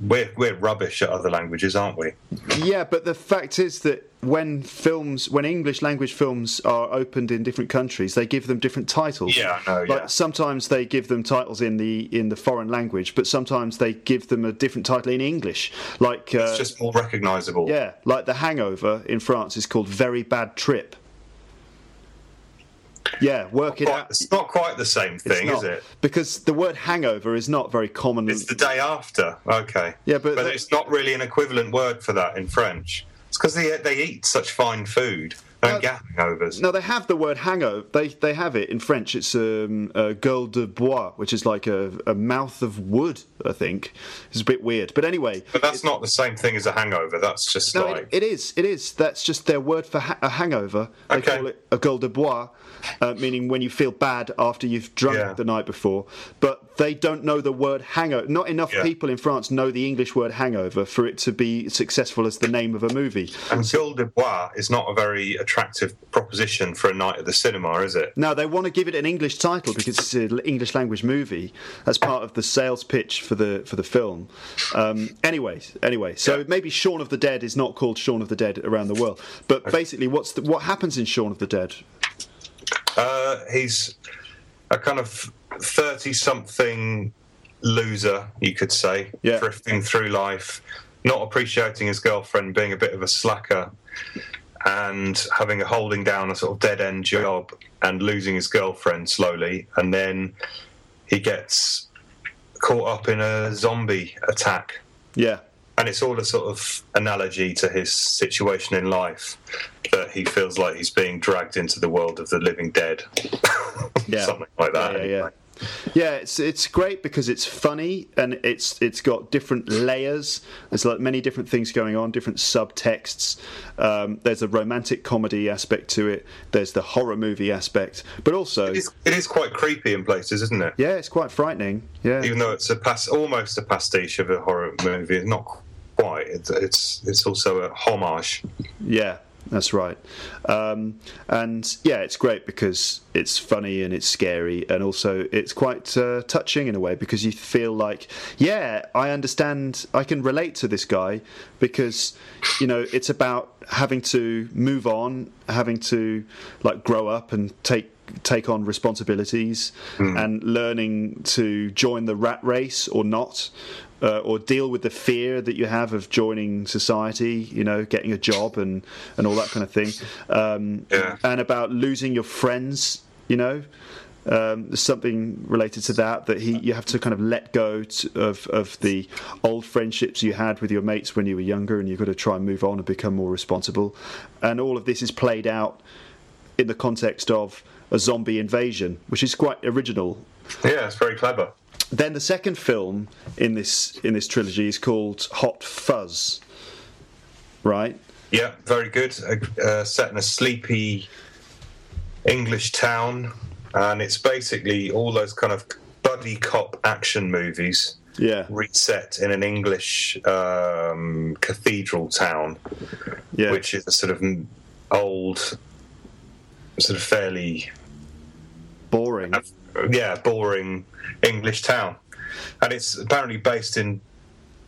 B: we're we're rubbish at other languages, aren't we?
A: yeah. But the fact is that when films, when English language films are opened in different countries, they give them different titles.
B: Yeah, I know,
A: Like
B: yeah.
A: sometimes they give them titles in the in the foreign language, but sometimes they give them a different title in English. Like uh,
B: It's just more recognisable.
A: Yeah, like The Hangover in France is called Very Bad Trip. Yeah, work it
B: Quite-
A: out.
B: it's not quite the same
A: It's
B: thing,
A: not-
B: is it?
A: Because the word hangover is not very common.
B: It's the day after. Okay.
A: Yeah, but that-
B: it's not really an equivalent word for that in French. It's because they they eat such fine food. They don't get hangovers.
A: no, they have the word hangover. They they have it in French. It's um, uh, gueule de bois, which is like a, a mouth of wood. I think it's a bit weird, but anyway.
B: But that's not the same thing as a hangover. That's just
A: No,
B: like
A: it, it is. It is. That's just their word for ha- a hangover. They
B: Okay.
A: call it a gueule de bois, uh, meaning when you feel bad after you've drunk
B: Yeah.
A: the night before. But they don't know the word hangover. Not enough
B: Yeah.
A: people in France know the English word hangover for it to be successful as the name of a movie.
B: and Gueule de Bois is not a very attractive proposition for a night at the cinema, is it?
A: Now they want to give it an English title because it's an English language movie. That's part of the sales pitch for the for the film. Um, anyway, anyway, so
B: Yeah.
A: maybe Shaun of the Dead is not called Shaun of the Dead around the world, but basically, what's the, what happens in Shaun of the Dead?
B: Uh, he's a kind of 30 something loser, you could say,
A: Yeah.
B: drifting through life, not appreciating his girlfriend, being a bit of a slacker, and having a holding down a sort of dead end job and losing his girlfriend slowly. And then he gets caught up in a zombie attack
A: Yeah.
B: and it's all a sort of analogy to his situation in life that he feels like he's being dragged into the world of the living dead
A: Yeah.
B: something like that
A: yeah, yeah.
B: anyway.
A: Yeah, it's it's great because it's funny and it's it's got different layers. There's like many different things going on, different subtexts. Um, there's a romantic comedy aspect to it. There's the horror movie aspect, but also
B: It, is, it is quite creepy in places isn't it
A: yeah, it's quite frightening. Yeah,
B: even though it's a pas- almost a pastiche of a horror movie it's not quite it's it's, it's also a homage
A: yeah, that's right. Um, and yeah, it's great because it's funny and it's scary and also it's quite uh, touching in a way because you feel like yeah, I understand, I can relate to this guy because you know it's about having to move on, having to like grow up and take take on responsibilities and learning to join the rat race or not uh, or deal with the fear that you have of joining society you know getting a job and and all that kind of thing um,
B: Yeah.
A: and about losing your friends you know um, there's something related to that that he you have to kind of let go t of of the old friendships you had with your mates when you were younger and you've got to try and move on and become more responsible and all of this is played out in the context of a zombie invasion, which is quite original.
B: yeah it's very clever
A: Then the second film in this in this trilogy is called Hot Fuzz, right?
B: yeah very good uh, set in a sleepy english town and it's basically all those kind of buddy cop action movies
A: Yeah,
B: reset in an English um, cathedral town,
A: yeah,
B: which is a sort of m- old, sort of fairly,
A: boring.
B: yeah, boring English town. And it's apparently based in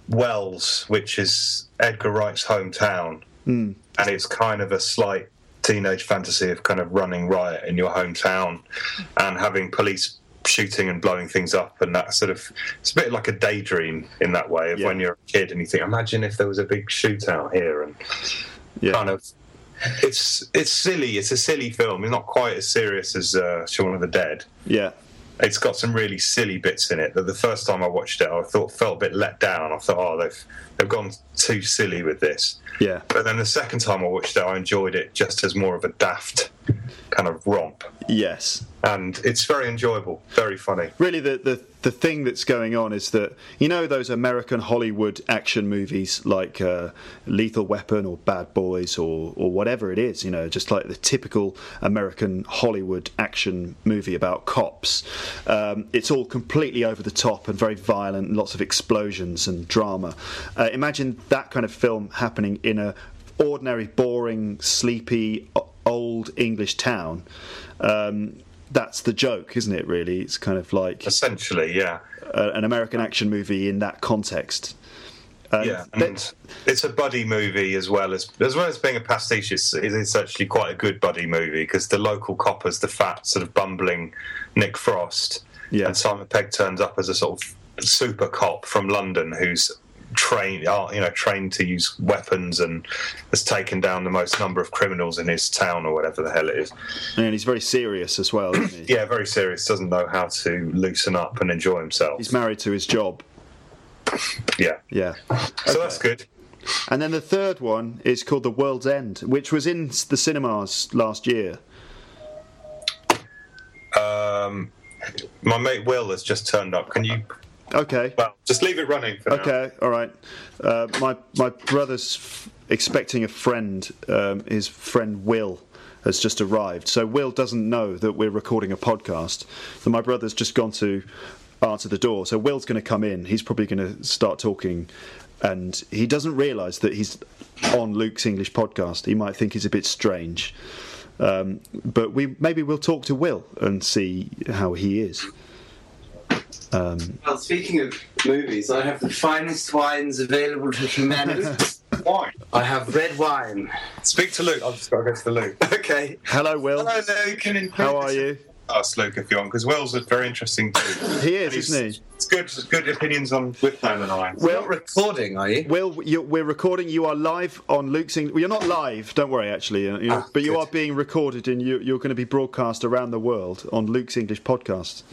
B: Wells, which is Edgar Wright's hometown. Mm. And it's kind of a slight teenage fantasy of kind of running riot in your hometown and having police shooting and blowing things up and that sort of it's a bit like a daydream in that way of
A: Yeah.
B: when you're a kid and you think imagine if there was a big shootout here and
A: Yeah.
B: kind of it's it's silly it's a silly film it's not quite as serious as uh, Shaun of the Dead
A: Yeah,
B: it's got some really silly bits in it that the first time I watched it, I thought felt a bit let down. I thought, oh, they've they've gone too silly with this.
A: Yeah.
B: But then the second time I watched it, I enjoyed it just as more of a daft kind of romp,
A: Yes.
B: and it's very enjoyable, very funny.
A: Really, the, the, the thing that's going on is that, you know, those American Hollywood action movies like uh, Lethal Weapon or Bad Boys or, or whatever it is, you know, just like the typical American Hollywood action movie about cops. Um, it's all completely over the top and very violent, lots of explosions and drama. Uh, imagine that kind of film happening in a ordinary, boring, sleepy, o- old English town. Um, that's the joke, isn't it? Really, it's kind of like
B: Essentially, yeah,
A: a, an American action movie in that context.
B: yeah.
A: that-
B: And it's a buddy movie as well as as well as being a pastiche. It's, it's actually quite a good buddy movie because the local coppers, the fat sort of bumbling Nick Frost,
A: Yeah.
B: and Simon Pegg turns up as a sort of super cop from London who's trained, uh, you know, trained to use weapons and has taken down the most number of criminals in his town or whatever the hell it is.
A: And he's very serious as well. Isn't he?
B: Yeah, very serious. Doesn't know how to loosen up and enjoy himself.
A: He's married to his job.
B: yeah.
A: Yeah.
B: So that's good.
A: And then the third one is called The World's End, which was in s- the cinemas last year.
B: My mate Will has just turned up. Can you?
A: Okay.
B: Well, just leave it running for now.
A: Okay, all right. Uh, my my brother's f- expecting a friend. Um, his friend Will has just arrived, so Will doesn't know that we're recording a podcast. So my brother's just gone to answer the door. So Will's going to come in. He's probably going to start talking, and he doesn't realise that he's on Luke's English podcast. He might think he's a bit strange. Um, but we maybe we'll talk to Will and see how he is.
C: Well, speaking of movies, I have the finest wines available to humanity.
B: Why?
C: I have red wine.
B: Speak to Luke. I've just got to go to the Luke.
C: Okay.
A: Hello, Will.
B: Hello, Luke. Can include
A: How are
B: this-
A: you?
B: Ask Luke if you want, because Will's a very interesting dude.
A: He is, isn't he?
B: It's good, good opinions on Whitman and I.
A: Will,
C: Recording, are you?
A: Will, you, we're recording. You are live on Luke's. Eng- well, you're not live. Don't worry, actually. uh, you know,
C: Ah,
A: but you
B: good.
A: are being recorded, and you, you're going to be broadcast around the world on Luke's English podcast.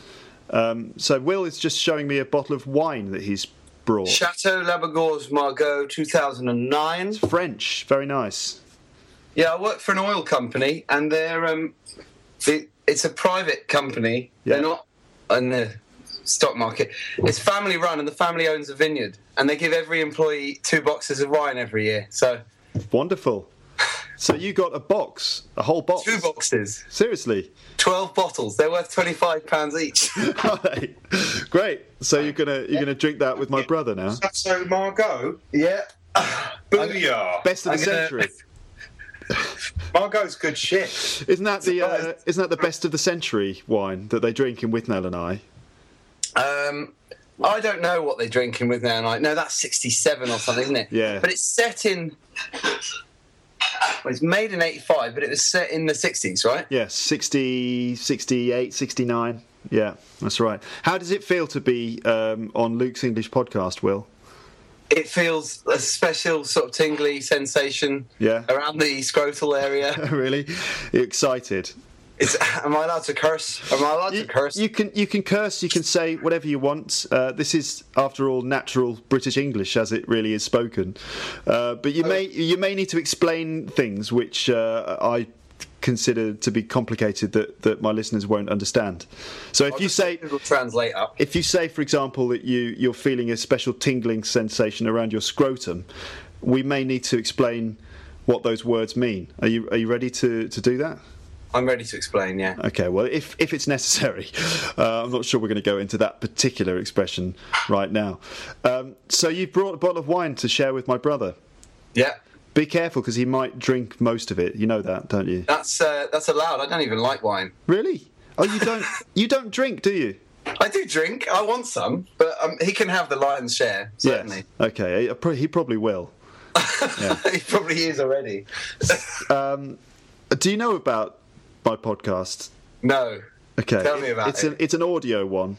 A: Um, so Will is just showing me a bottle of wine that he's brought.
C: Chateau Labagorge Margaux 2009.
A: French, very nice.
C: Yeah, I work for an oil company, and they're um, it, it's a private company.
A: Yeah.
C: They're not on the stock market. It's family run, and the family owns a vineyard, and they give every employee two boxes of wine every year. So
A: Wonderful. So you got a box, a whole box.
C: two boxes,
A: Seriously.
C: twelve bottles. They're worth twenty-five pounds each.
A: Alright. Great. So you're gonna you're gonna drink that with my brother now.
B: So, Margot,
C: yeah.
B: booyah!
A: Best of the
C: I'm gonna-
A: century.
B: Margot's good shit.
A: Isn't that the uh,
B: Surprised.
A: isn't that the best of the century wine that they drink in Withnell and I?
C: Um, I don't know what they're drinking with now. Like, no, that's sixty-seven or something, isn't it?
A: Yeah.
C: But it's set in. Well, it's made in eighty-five, but it was set in the sixties, right?
A: Yeah, 60, 68, 69. Yeah, that's right. How does it feel to be um, on Luke's English podcast, Will?
C: It feels a special sort of tingly sensation.
A: Yeah.
C: Around the scrotal area.
A: really? Are you excited?
C: It's, am I allowed to curse? Am I allowed to curse?
A: You can you can curse, you can say whatever you want. Uh, this is, after all, natural British English as it really is spoken. Uh, but you may you may need to explain things which uh, I consider to be complicated that, that my listeners won't understand. So if you say
C: Google Translate up.
A: if you say, for example, that you you're feeling a special tingling sensation around your scrotum, we may need to explain what those words mean. Are you are you ready to, to do that?
C: I'm ready to explain. Yeah.
A: Okay. Well, if if it's necessary, uh, I'm not sure we're going to go into that particular expression right now. Um, so you brought a bottle of wine to share with my brother.
C: Yeah.
A: Be careful because he might drink most of it. You know that, don't you?
C: That's uh, that's allowed. I don't even like wine.
A: Really? Oh, you don't you don't drink, do you?
C: I do drink. I want some, but um, he can have the lion's share. Certainly.
A: Yes. Okay. uh, pro- He probably will.
C: he probably is already.
A: Do you know about my podcast?
C: No.
A: Okay.
C: Tell me about
A: it's
C: it.
A: An, it's an audio one.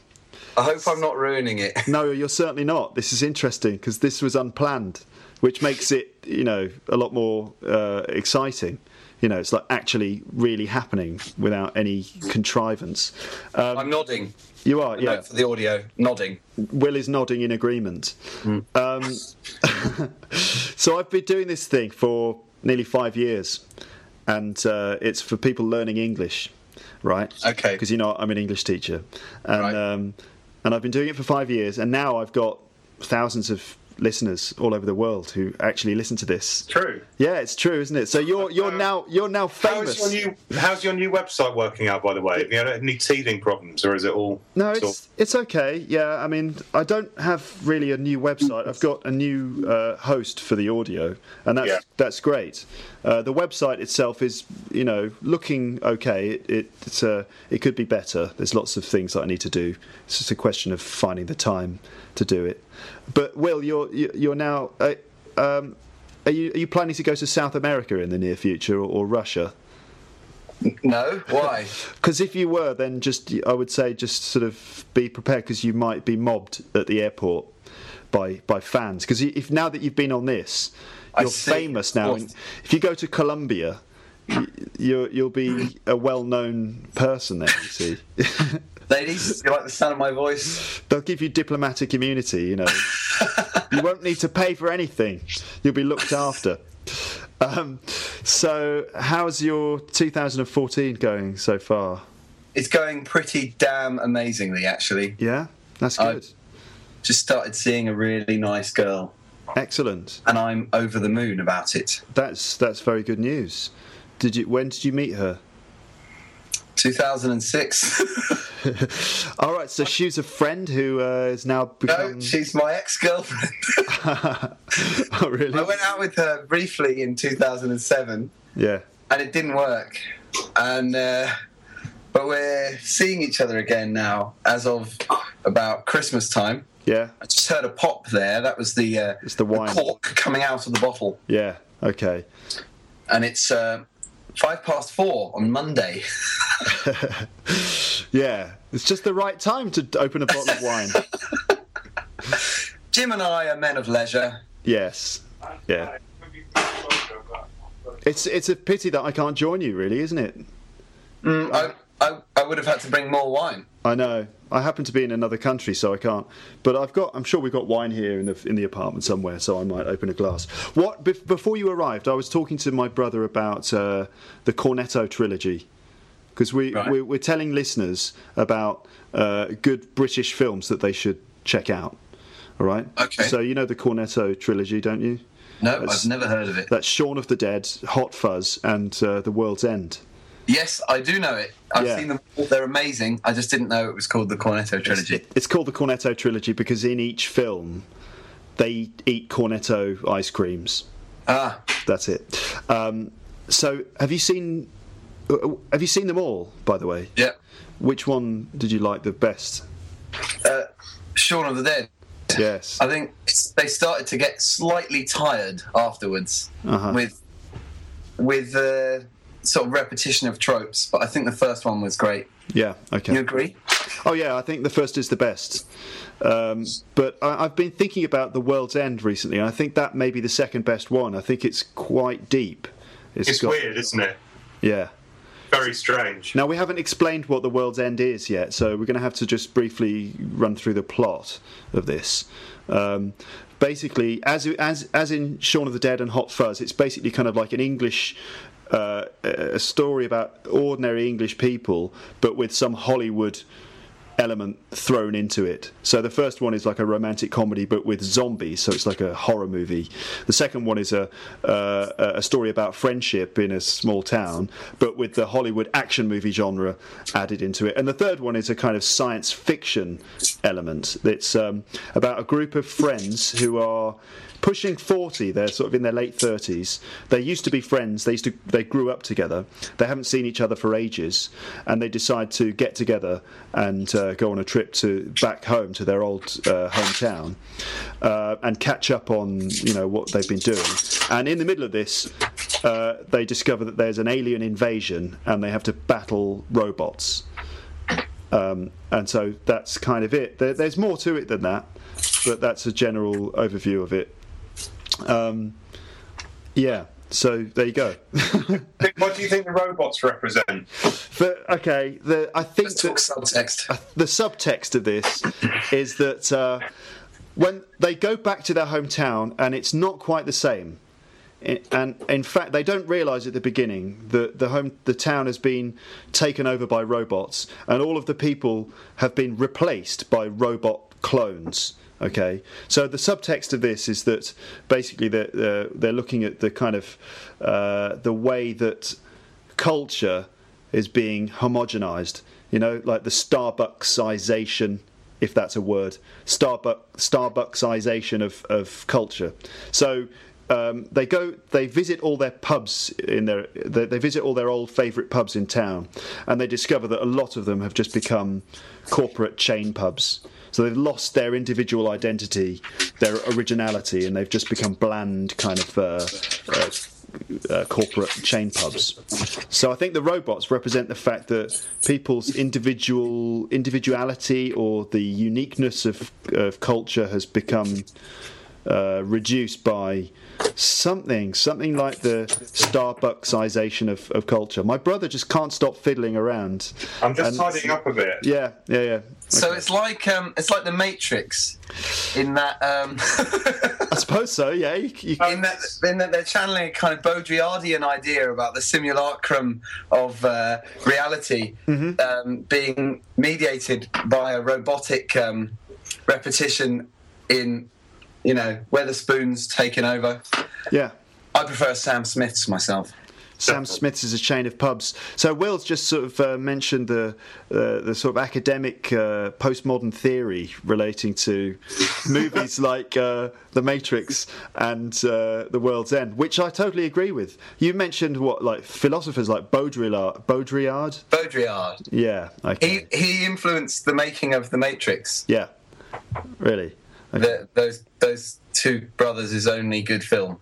C: I hope I'm not ruining it.
A: No, you're certainly not. This is interesting because this was unplanned, which makes it, you know, a lot more uh, exciting you know, it's like actually really happening without any contrivance. Um,
C: I'm nodding.
A: you are,
C: Yeah.
A: yeah.
C: for the audio, nodding.
A: Will is nodding in agreement.
B: Hmm.
A: Um, so I've been doing this thing for nearly five years, and uh, it's for people learning English, right?
C: Okay.
A: Because you know I'm an English teacher, and
C: Right.
A: um, and I've been doing it for five years, and now I've got thousands of listeners all over the world who actually listen to this.
B: True.
A: Yeah, it's true, isn't it? So you're you're
B: Uh,
A: now you're now famous.
B: How's your new How's your new website working out, by the way? Have you had any teething problems, or is it all?
A: No,
B: sort
A: it's it's okay. Yeah, I mean, I don't have really a new website. I've got a new uh, host for the audio, and that's
B: Yeah.
A: that's great. Uh, the website itself is, you know, looking okay. It, it it's uh, it could be better. There's lots of things that I need to do. It's just a question of finding the time to do it. But Will, you're you- you're now. Uh, um, are you, are you planning to go to South America in the near future or, or Russia?
C: No, why?
A: Because if you were, then just I would say just sort of be prepared because you might be mobbed at the airport by by fans. Because if now that you've been on this,
C: I
A: you're
C: see,
A: famous
C: of
A: now.
C: course.
A: And if you go to Colombia, y- you're, you'll be a well-known person there. You see,
C: Ladies, you like the sound of my voice?
A: they'll give you diplomatic immunity. You know, you won't need to pay for anything. You'll be looked after. Um, so, how's your 2014 going so far?
C: It's going pretty damn amazingly, actually.
A: Yeah, that's
C: I-
A: good.
C: Just started seeing a really nice girl,
A: Excellent.
C: and I'm over the moon about it.
A: That's that's very good news. Did you? When did you meet her?
C: 2006.
A: All right, so she's a friend who uh, is now become.
C: no, she's my ex girlfriend.
A: oh, really?
C: I went out with her briefly in 2007.
A: Yeah.
C: and it didn't work. And uh, but we're seeing each other again now as of about Christmas time.
A: Yeah.
C: I just heard a pop there. That was the uh,
A: It's the wine.
C: cork coming out of the bottle,
A: Yeah. Okay.
C: and it's uh, five past four on Monday.
A: Yeah. It's just the right time to open a bottle of wine.
C: Jim and I are men of leisure.
A: yes. Yeah. It's it's a pity that I can't join you, really, isn't it?
C: I, I, I would have had to bring more wine.
A: I know. I happen to be in another country, so I can't. But I've got. I'm sure we've got wine here in the in the apartment somewhere, so I might open a glass. What bef- before you arrived, I was talking to my brother about uh, the Cornetto trilogy because we
C: Right.
A: we're, we're telling listeners about uh, good British films that they should check out. All right.
C: Okay.
A: So you know the Cornetto trilogy, don't you?
C: No, I've never heard of it.
A: That's Shaun of the Dead, Hot Fuzz, and uh, The World's End.
C: Yes, I do know it. I've
A: Yeah.
C: seen them. all. They're amazing. I just didn't know it was called the Cornetto trilogy.
A: It's called the Cornetto trilogy because in each film they eat Cornetto ice creams.
C: Ah,
A: That's it. Um, so have you seen uh, have you seen them all by the way?
C: yeah.
A: Which one did you like the best?
C: Shaun of the Dead.
A: Yes.
C: I think it's, they started to get slightly tired afterwards
A: Uh-huh.
C: with with uh, sort of repetition of tropes. But I think the first one was great.
A: Yeah, okay.
C: You agree?
A: Oh yeah, I think the first is the best. Um, but I, I've been thinking about the World's End recently, and I think that may be the second best one. I think it's quite deep.
B: It's
A: got-
B: weird, isn't it?
A: Yeah.
B: Very strange.
A: Now, we haven't explained what the world's end is yet, so we're going to have to just briefly run through the plot of this. Um, basically, as, as, as in Shaun of the Dead and Hot Fuzz, it's basically kind of like an English. Uh, a story about ordinary English people, but with some Hollywood element thrown into it. So the first one is like a romantic comedy, but with zombies, so it's like a horror movie. The second one is a uh, a story about friendship in a small town, but with the Hollywood action movie genre added into it. And the third one is a kind of science fiction element. It's um, about a group of friends who are pushing 40 they're sort of in their late 30s they used to be friends they used to they grew up together they haven't seen each other for ages and they decide to get together and uh, go on a trip to back home to their old uh, hometown uh, and catch up on you know what they've been doing and in the middle of this uh, they discover that there's an alien invasion and they have to battle robots um, and so that's kind of it. There, there's more to it than that, but that's a general overview of it. Um, yeah. So there you go.
B: What do you think the robots represent?
A: but okay, the, I think
C: Let's talk
A: that-
C: subtext.
A: the subtext of this is that uh, when they go back to their hometown and it's not quite the same. I- And in fact, they don't realise at the beginning that the home, the town has been taken over by robots, and all of the people have been replaced by robot clones. Okay, so the subtext of this is that basically they're, they're, they're looking at the kind of uh, the way that culture is being homogenized. You know, like the Starbucksization, if that's a word, Starbuck Starbucksization of of culture. So. Um, they go. They visit all their pubs in their. They, they visit all their old favourite pubs in town, and they discover that a lot of them have just become corporate chain pubs. So they've lost their individual identity, their originality, and they've just become bland kind of uh, uh, uh, corporate chain pubs. So I think the robots represent the fact that people's individual individuality or the uniqueness of, of culture has become uh, reduced by something, something like the Starbucksization of, of culture. My brother just can't stop fiddling around.
B: I'm
A: And-
B: just tidying up a bit.
A: Yeah, yeah, yeah.
C: So it's like um, it's like the Matrix, in that um,
A: I suppose so. Yeah, you, you,
B: Um,
C: in that in that they're channeling a kind of Baudrillardian idea about the simulacrum of uh, reality um, being mediated by a robotic um, repetition in you know Weatherspoon's taking over.
A: yeah.
C: I prefer Sam Smith's myself.
A: Sam Smith's is a chain of pubs. So Will's just sort of uh, mentioned the uh, the sort of academic uh, postmodern theory relating to movies like uh, The Matrix and uh, The World's End, which I totally agree with. You mentioned what like philosophers like Baudrillard, Baudrillard,
C: Baudrillard.
A: yeah, okay.
C: He he influenced the making of the Matrix.
A: yeah, really, okay.
C: The, those those two brothers' is only good film.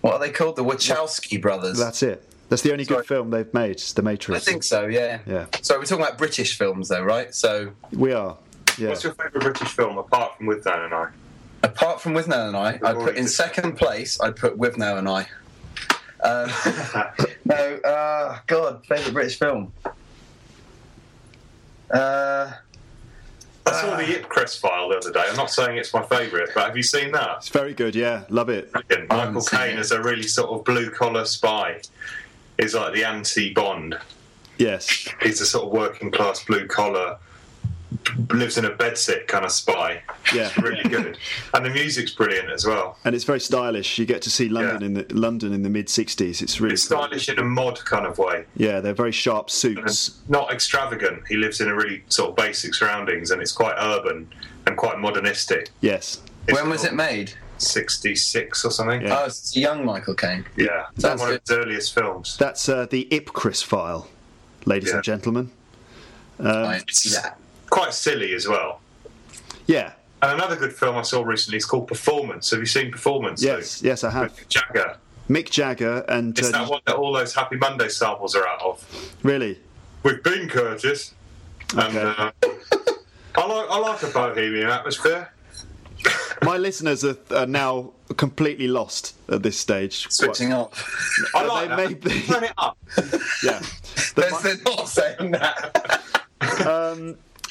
C: What are they called? The Wachowski brothers.
A: that's it. That's the only
C: Sorry.
A: good film they've made, is The
C: I
A: Matrix.
C: think so. Yeah.
A: Yeah.
C: So we're talking about British films, though, right? So
A: We are. Yeah.
B: What's your favourite British film apart from With Dan and I?
C: apart from With Now and I, I put in second place. I put With Now and I. Um, no, uh, God, favorite British film. Uh,
B: I saw the Ipcress file the other day. I'm not saying it's my favourite, but have you seen that?
A: It's very good, yeah. Love it.
B: Brilliant. Michael
C: seen
B: Caine
C: it.
B: is a really sort of blue collar spy. He's like the anti Bond.
A: Yes.
B: He's a sort of working class blue collar, lives in a bedsit kind of spy.
A: Yeah.
B: really good. And the music's brilliant as well.
A: and it's very stylish. You get to see London
B: Yeah.
A: in the London in the mid '60s. It's really
B: It's
A: cool.
B: stylish in a mod kind of way.
A: Yeah, they're very sharp suits.
B: Not extravagant. He lives in a really sort of basic surroundings and it's quite urban and quite modernistic.
A: Yes,
C: when was it made?
B: 66 or something?
A: Yeah.
C: Oh, it's young Michael Caine.
B: Yeah,
C: Sounds
B: one of his earliest films.
A: that's uh, the Ipcris file, ladies
B: Yeah.
A: and gentlemen. Um,
C: I see that.
B: Quite silly as well.
A: Yeah.
B: And another good film I saw recently is called Performance. Have you seen Performance?
A: Yes. Yes, I have.
B: Luke? Jagger.
A: Mick Jagger and
B: It's
A: uh,
B: that one that all those Happy Monday samples are out of.
A: really.
B: We've been Curtis. And
A: Okay.
B: uh, I, like, I like a bohemian atmosphere.
A: My listeners are, are now completely lost at this stage.
C: Switching
A: What-
C: off.
B: I
A: But
B: like
A: they
B: that.
A: may be-
B: Turn it up.
A: Yeah.
C: They're,
A: The-
C: they're not saying that.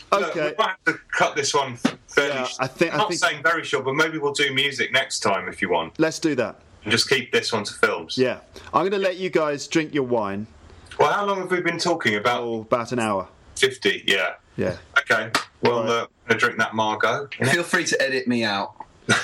B: Look,
A: okay.
B: we might have to cut this one fairly.
A: Yeah,
B: sh-
A: I think- I
B: I'm not
A: think-
B: saying very short, but maybe we'll do music next time if you want.
A: Let's do that.
B: And just keep this one to films.
A: Yeah. I'm going to let you guys drink your wine
B: Well, how long have we been talking about?
A: for about an hour.
B: 50, yeah.
A: Yeah.
B: Okay. Well, uh, I'm going to drink that Margot.
C: Feel free to edit me out.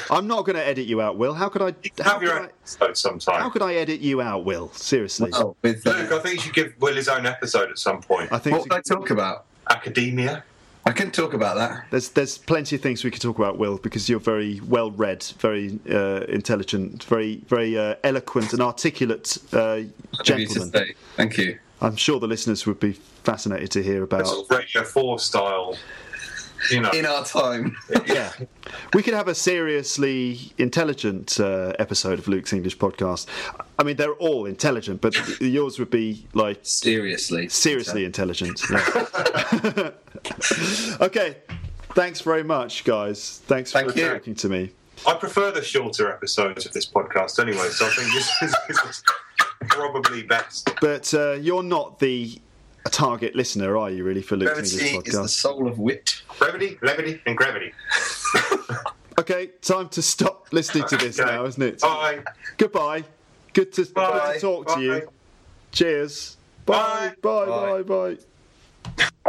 A: I'm not going to edit you out, Will. How could I? How
B: Have
A: could
B: your own
A: I,
B: episode sometime.
A: how could I edit you out, Will? Seriously.
C: Oh, with
B: Luke, I
C: uh,
B: think you should give Will his own episode at some point.
A: I think
C: what would I talk about?
B: Academia.
C: I couldn't talk about that.
A: There's there's plenty of things we could talk about, Will, because you're very well read, very uh, intelligent, very very uh, eloquent and articulate uh,
C: Of you to
A: gentleman.
C: say. Thank you.
A: I'm sure the listeners would be fascinated to hear about.
B: Sort of Radio 4 style. You know.
C: In our time.
A: Yeah, we could have a seriously intelligent uh, episode of Luke's English podcast. I mean, they're all intelligent, but yours would be like
C: Seriously.
A: seriously intelligent. yeah. okay, thanks very much, guys. Thanks
C: Thank
A: for
C: you.
A: talking to me.
B: I prefer the shorter episodes of this podcast anyway, so I think this is. probably best.
A: But uh, you're not the target listener, are you, really, for Luke's
C: Brevity
A: English
C: is the
A: podcast?
C: soul of wit.
B: Brevity, levity, and gravity.
A: Okay, time to stop listening to this
B: Okay.
A: now, isn't it?
B: Bye.
A: Goodbye. Good to, good
B: Bye.
A: to talk to
B: Bye.
A: you. Cheers. Bye. Bye. Bye.
C: Bye.
A: Bye.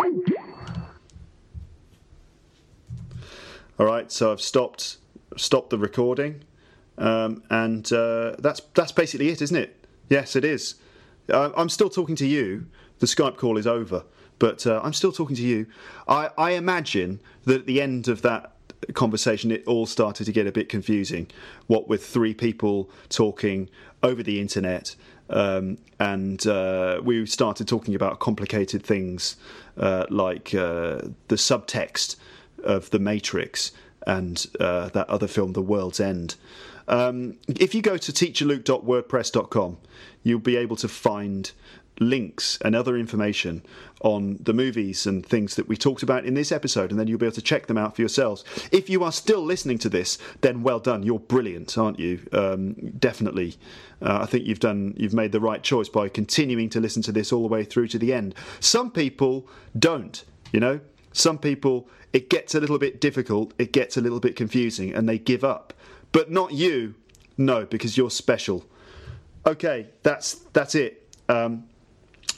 A: All right. So I've stopped stopped the recording, um, and uh, that's that's basically it, isn't it? Yes, it is. Uh, I'm still talking to you. The Skype call is over, but uh, I'm still talking to you. I, I imagine that at the end of that conversation, it all started to get a bit confusing. What with three people talking over the internet, um, and uh, we started talking about complicated things uh, like uh, the subtext of The Matrix and uh, that other film, The World's End. Um, if you go to teacherluke.wordpress.com, you'll be able to find links and other information on the movies and things that we talked about in this episode, and then you'll be able to check them out for yourselves. If you are still listening to this, then well done. You're brilliant, aren't you? Um, definitely. Uh, I think you've done. You've made the right choice by continuing to listen to this all the way through to the end. Some people don't. You know, some people, it gets a little bit difficult, it gets a little bit confusing, and they give up. But not you. No, because you're special. Okay, that's that's it. Um,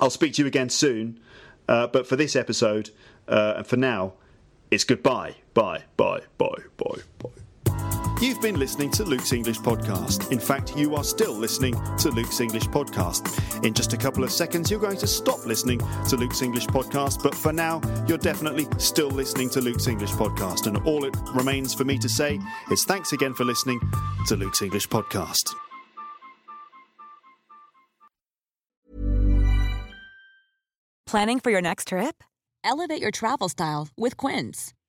A: I'll speak to you again soon. Uh, but for this episode, uh, and for now, it's goodbye. Bye, bye, bye, bye, bye. You've been listening to Luke's English Podcast. In fact, you are still listening to Luke's English Podcast. In just a couple of seconds, you're going to stop listening to Luke's English Podcast, but for now, you're definitely still listening to Luke's English Podcast. And all it remains for me to say is thanks again for listening to Luke's English Podcast.
D: Planning for your next trip?
E: Elevate your travel style with Quince.